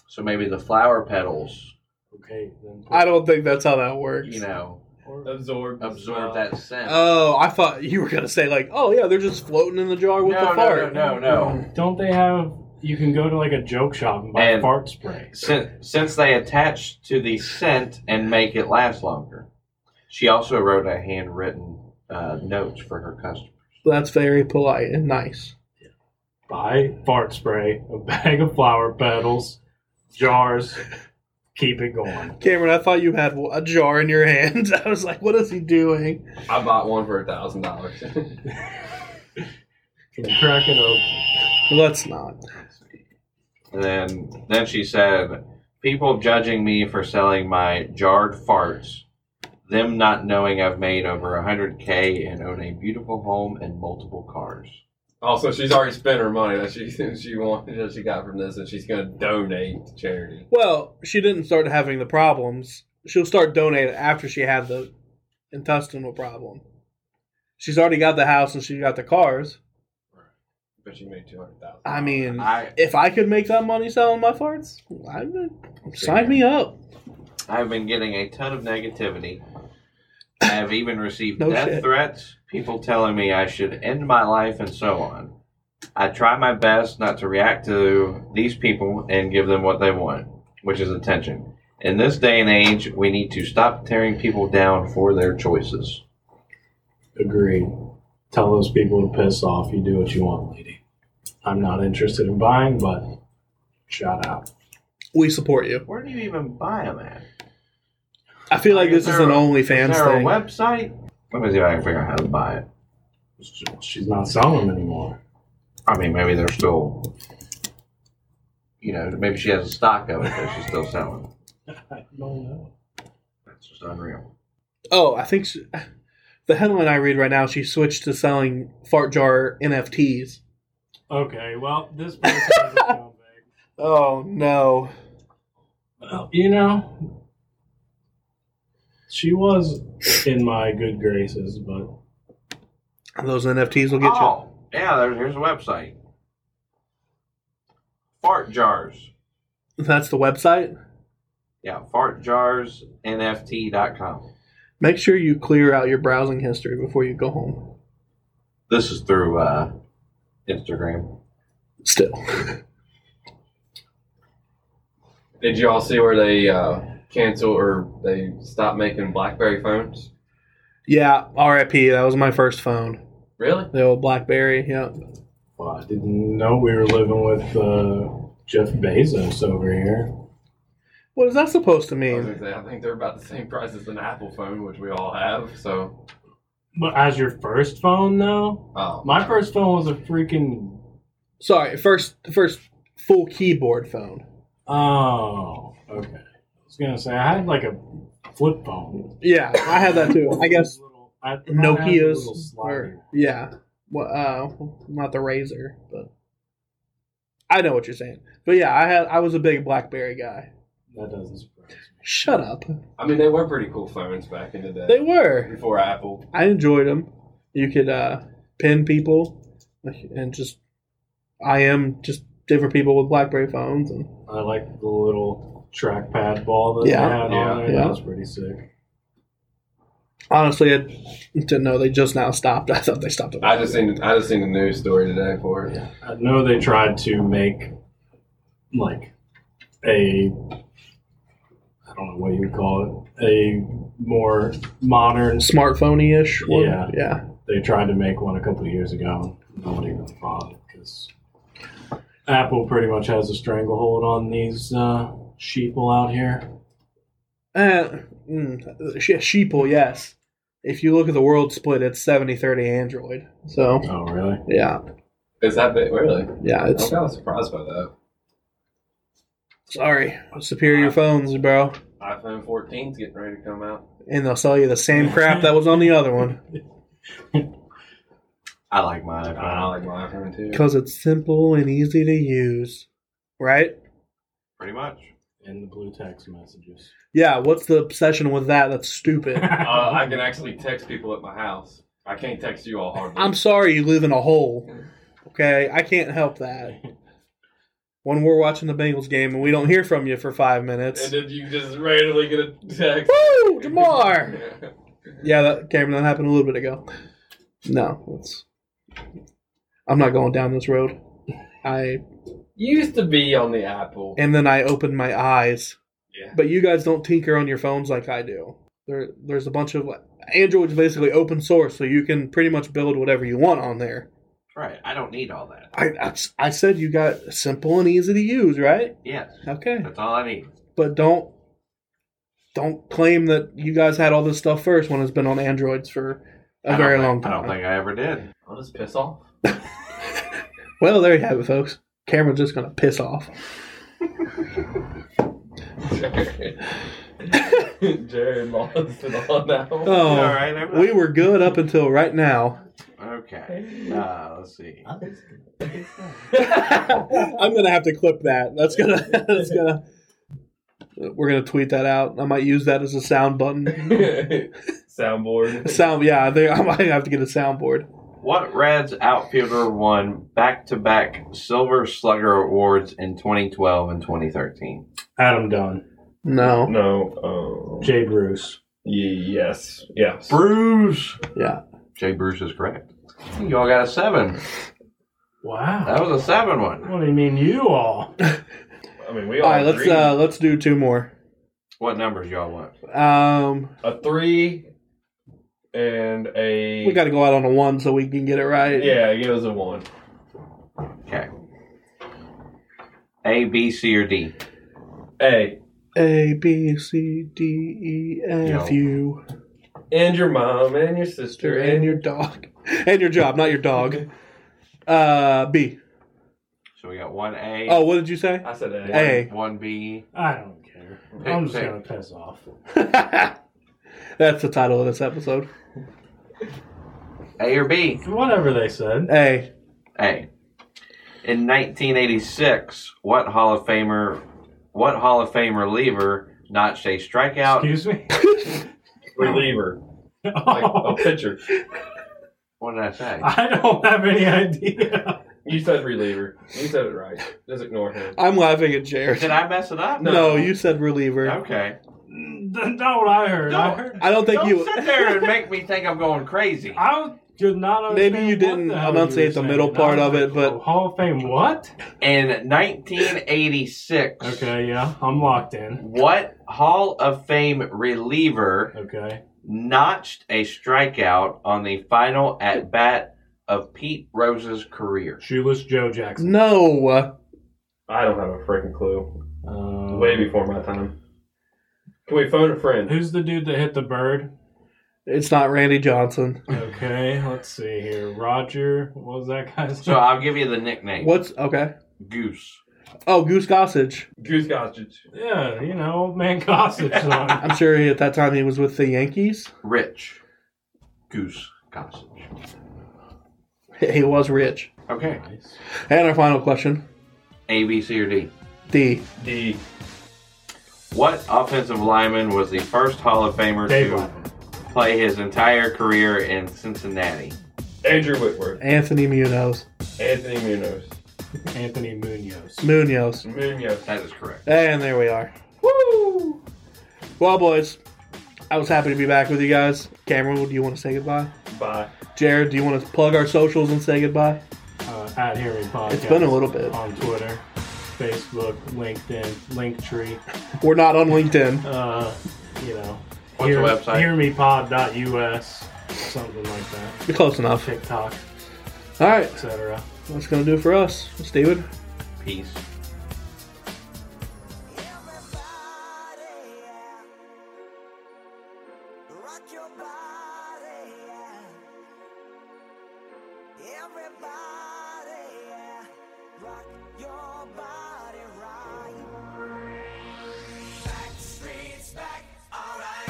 Speaker 2: So maybe the flower petals,
Speaker 3: okay. Then put-
Speaker 1: I don't think that's how that works.
Speaker 2: you know,
Speaker 4: Absorb,
Speaker 2: absorb that scent.
Speaker 1: Oh, I thought you were gonna say like, oh yeah, they're just floating in the jar with
Speaker 2: no,
Speaker 1: the
Speaker 2: no,
Speaker 1: fart.
Speaker 2: no, no, no.
Speaker 3: Don't they have? You can go to like a joke shop and buy
Speaker 2: And-
Speaker 3: fart spray.
Speaker 2: Since, since they attach to the scent and make it last longer. She also wrote a handwritten uh, notes for her customer.
Speaker 1: That's very polite and nice.
Speaker 3: Buy fart spray, a bag of flower petals, jars. Keep it going.
Speaker 1: Cameron, I thought you had a jar in your hand. I was like, what is he doing?
Speaker 4: I bought one for a thousand dollars.
Speaker 3: Can you crack it open?
Speaker 1: Let's not.
Speaker 2: And then, then she said, "People judging me for selling my jarred farts, them not knowing I've made over hundred k and own a beautiful home and multiple cars."
Speaker 4: also, she's already spent her money that she she wanted that she got from this, and she's gonna donate to charity.
Speaker 1: Well, she didn't start having the problems. She'll start donating after she had the intestinal problem. She's already got the house and she got the cars.
Speaker 4: But you made two hundred thousand.
Speaker 1: I mean,
Speaker 2: I
Speaker 1: if I could make that money selling my farts, I would sign me up.
Speaker 2: I've been getting a ton of negativity. I've even received
Speaker 1: No
Speaker 2: death
Speaker 1: shit.
Speaker 2: threats, people telling me I should end my life, and so on. I try my best not to react to these people and give them what they want, which is attention. In this day and age, we need to stop tearing people down for their choices.
Speaker 3: Agreed. Tell those people to piss off. You do what you want, lady. I'm not interested in buying, but shout out.
Speaker 1: We support you.
Speaker 2: Where do you even buy them at?
Speaker 1: I feel like
Speaker 2: Is
Speaker 1: this is
Speaker 2: there
Speaker 1: an
Speaker 2: a-
Speaker 1: OnlyFans
Speaker 2: Is there a
Speaker 1: thing.
Speaker 2: website? Let me see if I can figure out how to buy it.
Speaker 3: She's not selling them anymore.
Speaker 2: I mean, maybe they're still, you know, maybe she has a stock of it that she's still selling.
Speaker 3: I don't know.
Speaker 2: That's just unreal.
Speaker 1: Oh, I think she, the headline I read right now, she switched to selling fart jar NFTs.
Speaker 3: Okay, well, this person has a job, babe.
Speaker 1: Oh no!
Speaker 3: Well, you know, she was in my good graces, but
Speaker 1: Those NFTs will get
Speaker 2: oh, yeah, there's, here's a website. Fart jars.
Speaker 1: you. That's the website.
Speaker 2: Yeah, fartjarsnft.com.
Speaker 1: Make sure you clear out your browsing history before you go home.
Speaker 2: This is through uh, Instagram.
Speaker 1: Still,
Speaker 4: Did you all see where they uh, cancel or they stopped making BlackBerry phones?
Speaker 1: yeah. R.I.P. That was my first phone.
Speaker 4: Really?
Speaker 1: The old BlackBerry. Yeah.
Speaker 3: well, I didn't know we were living with uh, Jeff Bezos over here.
Speaker 1: What is that supposed to
Speaker 4: I, was
Speaker 1: mean?
Speaker 4: gonna say, I think they're about the same price as an Apple phone, which we all have. So,
Speaker 3: But as your first phone, though?
Speaker 4: um,
Speaker 3: My first phone was a freaking.
Speaker 1: Sorry, first first full keyboard phone.
Speaker 3: Oh, okay. I was going to say, I had like a flip phone.
Speaker 1: Yeah, I had that too. I guess
Speaker 3: Little- I- I had a little
Speaker 1: Nokia's.
Speaker 3: slider.
Speaker 1: Or, yeah. Well, uh, not the Razor, but I know what you're saying. But yeah, I had I was a big BlackBerry guy.
Speaker 3: That doesn't surprise me.
Speaker 1: Shut up.
Speaker 4: I mean, they were pretty cool phones back in the day.
Speaker 1: They were.
Speaker 4: before Apple.
Speaker 1: I enjoyed them. You could uh, pin people like, and just I am just different people with BlackBerry phones and
Speaker 3: I like the little trackpad ball that
Speaker 1: Yeah.
Speaker 3: they had
Speaker 4: Yeah.
Speaker 3: on there.
Speaker 1: Yeah.
Speaker 3: That was pretty sick.
Speaker 1: honestly I didn't know they just now stopped. I thought they stopped. at
Speaker 4: I just seen I just seen the news story today for it.
Speaker 3: I know they tried to make like a I don't know what you would call it a more modern.
Speaker 1: smartphone ish one.
Speaker 3: Yeah.
Speaker 1: Yeah.
Speaker 3: They tried to make one a couple of years ago. and Nobody really bought it because Apple pretty much has a stranglehold on these uh, sheeple out here.
Speaker 1: Uh, mm, she- sheeple, yes. If you look at the world split, it's 70 30 Android. So,
Speaker 3: Oh, really?
Speaker 1: yeah.
Speaker 4: Is that big? Really?
Speaker 1: Yeah,
Speaker 4: I was
Speaker 1: it's.
Speaker 4: kind of surprised by that.
Speaker 1: Sorry. Superior phones, bro.
Speaker 4: iPhone 14's getting ready to come out.
Speaker 1: And they'll sell you the same crap that was on the other one.
Speaker 2: I like my
Speaker 4: I, I
Speaker 2: iPhone.
Speaker 4: like my iPhone too.
Speaker 1: Because it's simple and easy to use. Right?
Speaker 2: Pretty much.
Speaker 3: And the blue text messages.
Speaker 1: Yeah, what's the obsession with that? That's stupid.
Speaker 4: Uh, I can actually text people at my house. I can't text you all hardly.
Speaker 1: I'm sorry you live in a hole. Okay? I can't help that. When we're watching the Bengals game and we don't hear from you for five
Speaker 4: and
Speaker 1: minutes.
Speaker 4: then you just randomly get a text.
Speaker 1: Woo! Jamar! Yeah, that Cameron, that happened a little bit ago. No, it's, I'm not going down this road. I
Speaker 4: You used to be on the Apple.
Speaker 1: and then I opened my eyes.
Speaker 4: Yeah.
Speaker 1: But you guys don't tinker on your phones like I do. There, there's a bunch of Android's basically open source, so you can pretty much build whatever you want on there.
Speaker 2: Right. I don't need all that.
Speaker 1: I, I, I said you got simple and easy to use, right?
Speaker 2: Yes,
Speaker 1: Okay,
Speaker 2: that's all I need.
Speaker 1: but don't don't claim that you guys had all this stuff first when it's been on Androids for
Speaker 2: I don't
Speaker 1: a very
Speaker 2: think-
Speaker 1: long
Speaker 2: I
Speaker 1: time.
Speaker 2: don't think I ever did.
Speaker 4: I'll just piss off.
Speaker 1: Well, there you have it, folks. Cameron's just gonna piss off.
Speaker 4: Jared lost it all now.
Speaker 1: Oh,
Speaker 2: all right. I'm-
Speaker 1: we were good up until right now.
Speaker 2: Okay. Uh, let's see.
Speaker 1: Uh. I'm gonna have to clip that. That's gonna. That's gonna. We're gonna tweet that out. I might use that as a sound button.
Speaker 4: Soundboard.
Speaker 1: Sound, yeah. I think I might have to get a soundboard.
Speaker 2: What Rads outfielder won back to back Silver Slugger awards in 2012 and 2013?
Speaker 3: Adam Dunn,
Speaker 1: No.
Speaker 5: No. Um,
Speaker 3: Jay Bruce.
Speaker 5: yes. Yes.
Speaker 2: Bruce.
Speaker 1: Yeah.
Speaker 2: Jay Bruce is correct. You all got a seven.
Speaker 3: Wow.
Speaker 2: That was a seven one.
Speaker 3: What do you mean, you all?
Speaker 5: I mean, we all,
Speaker 1: All right, let's
Speaker 5: agree.
Speaker 1: uh, let's do two more.
Speaker 2: What numbers y'all want?
Speaker 1: Um,
Speaker 5: a three and a.
Speaker 1: we got to go out on a one so we can get it right.
Speaker 5: Yeah, give us a one.
Speaker 2: Okay. A, B, C, or D.
Speaker 5: A.
Speaker 1: A B C D E F U.
Speaker 5: And your mom and your sister
Speaker 1: And your dog, and your job, not your dog. Uh, B.
Speaker 2: So we got one A.
Speaker 1: Oh, what did you say?
Speaker 5: I said A.
Speaker 1: A.
Speaker 2: One B.
Speaker 3: I don't care. I'm just gonna piss off.
Speaker 1: That's the title of this episode.
Speaker 2: A or B?
Speaker 3: Whatever they said.
Speaker 1: A.
Speaker 2: A. In 1986, what Hall of Famer, what Hall of Famer lever notched a strikeout?
Speaker 3: Excuse me.
Speaker 5: Reliever. Like a
Speaker 3: Oh,
Speaker 5: pitcher.
Speaker 2: what did I say?
Speaker 3: I don't have any idea.
Speaker 5: You said reliever. You said it right. Just ignore him.
Speaker 1: I'm laughing at Jared.
Speaker 2: Did I mess it up?
Speaker 1: no. you said reliever.
Speaker 2: Okay.
Speaker 3: That's not what I heard. I
Speaker 2: Don't-
Speaker 3: heard.
Speaker 1: I don't think
Speaker 2: Don't
Speaker 1: you.
Speaker 2: sit there and make me think I'm going crazy.
Speaker 3: I did not understand.
Speaker 1: Maybe you didn't
Speaker 3: what the hell
Speaker 1: enunciate
Speaker 3: you were
Speaker 1: the
Speaker 3: saying.
Speaker 1: middle part
Speaker 3: I
Speaker 1: of
Speaker 3: was
Speaker 1: it,
Speaker 3: like,
Speaker 1: but-
Speaker 3: Hall of Fame. What?
Speaker 2: In 1986,
Speaker 3: Okay, yeah, I'm locked in.
Speaker 2: what Hall of Fame reliever
Speaker 3: Okay.
Speaker 2: notched a strikeout on the final at bat of Pete Rose's career?
Speaker 3: Shoeless Joe Jackson.
Speaker 1: No.
Speaker 5: I don't have a freaking clue.
Speaker 3: Uh,
Speaker 5: Way before my time. Can we phone a friend?
Speaker 3: Who's the dude that hit the bird?
Speaker 1: It's not Randy Johnson.
Speaker 3: Okay, let's see here. Roger, what was that guy's
Speaker 2: So
Speaker 3: name?
Speaker 2: I'll give you the nickname.
Speaker 1: What's okay?
Speaker 2: Goose.
Speaker 1: Oh, Goose Gossage.
Speaker 5: Goose Gossage.
Speaker 3: Yeah, you know, old man Gossage. son.
Speaker 1: I'm sure he, at that time he was with the Yankees.
Speaker 2: Rich. Goose. Gossage.
Speaker 1: He was rich.
Speaker 2: Okay.
Speaker 3: Nice.
Speaker 1: And our final question:
Speaker 2: A, B, C, or D.
Speaker 1: D.
Speaker 5: D.
Speaker 2: What offensive lineman was the first Hall of Famer
Speaker 3: Dave
Speaker 2: to
Speaker 3: Lapham.
Speaker 2: play his entire career in Cincinnati?
Speaker 5: Andrew Whitworth.
Speaker 1: Anthony Munoz.
Speaker 5: Anthony Munoz.
Speaker 3: Anthony Munoz.
Speaker 1: Munoz.
Speaker 5: Munoz.
Speaker 2: That is correct.
Speaker 1: And there we are. Woo! Well, boys, I was happy to be back with you guys. Cameron, do you want to say goodbye?
Speaker 5: Bye.
Speaker 1: Jared, do you want to plug our socials and say goodbye?
Speaker 3: Uh, at Hearing Podcast.
Speaker 1: It's been a little bit.
Speaker 3: On Twitter, Facebook, LinkedIn, Linktree.
Speaker 1: We're not on LinkedIn.
Speaker 3: Uh, you know.
Speaker 2: What's the website?
Speaker 3: HearMePod.us, something like that.
Speaker 1: You're close enough.
Speaker 3: TikTok,
Speaker 1: All right,
Speaker 3: etc.
Speaker 1: that's going to do it for us. Steven.
Speaker 2: Peace.
Speaker 6: Everybody, yeah. Rock your body, yeah. Everybody, yeah. Rock your body right. Back streets back, alright.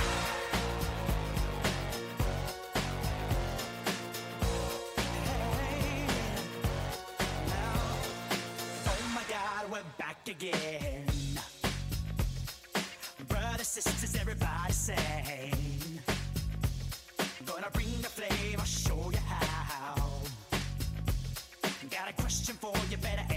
Speaker 6: Hey, now. Oh my god, we're back again. Brothers, sisters, everybody sing. Gonna bring the flame, I'll show you how. Got a question for you, better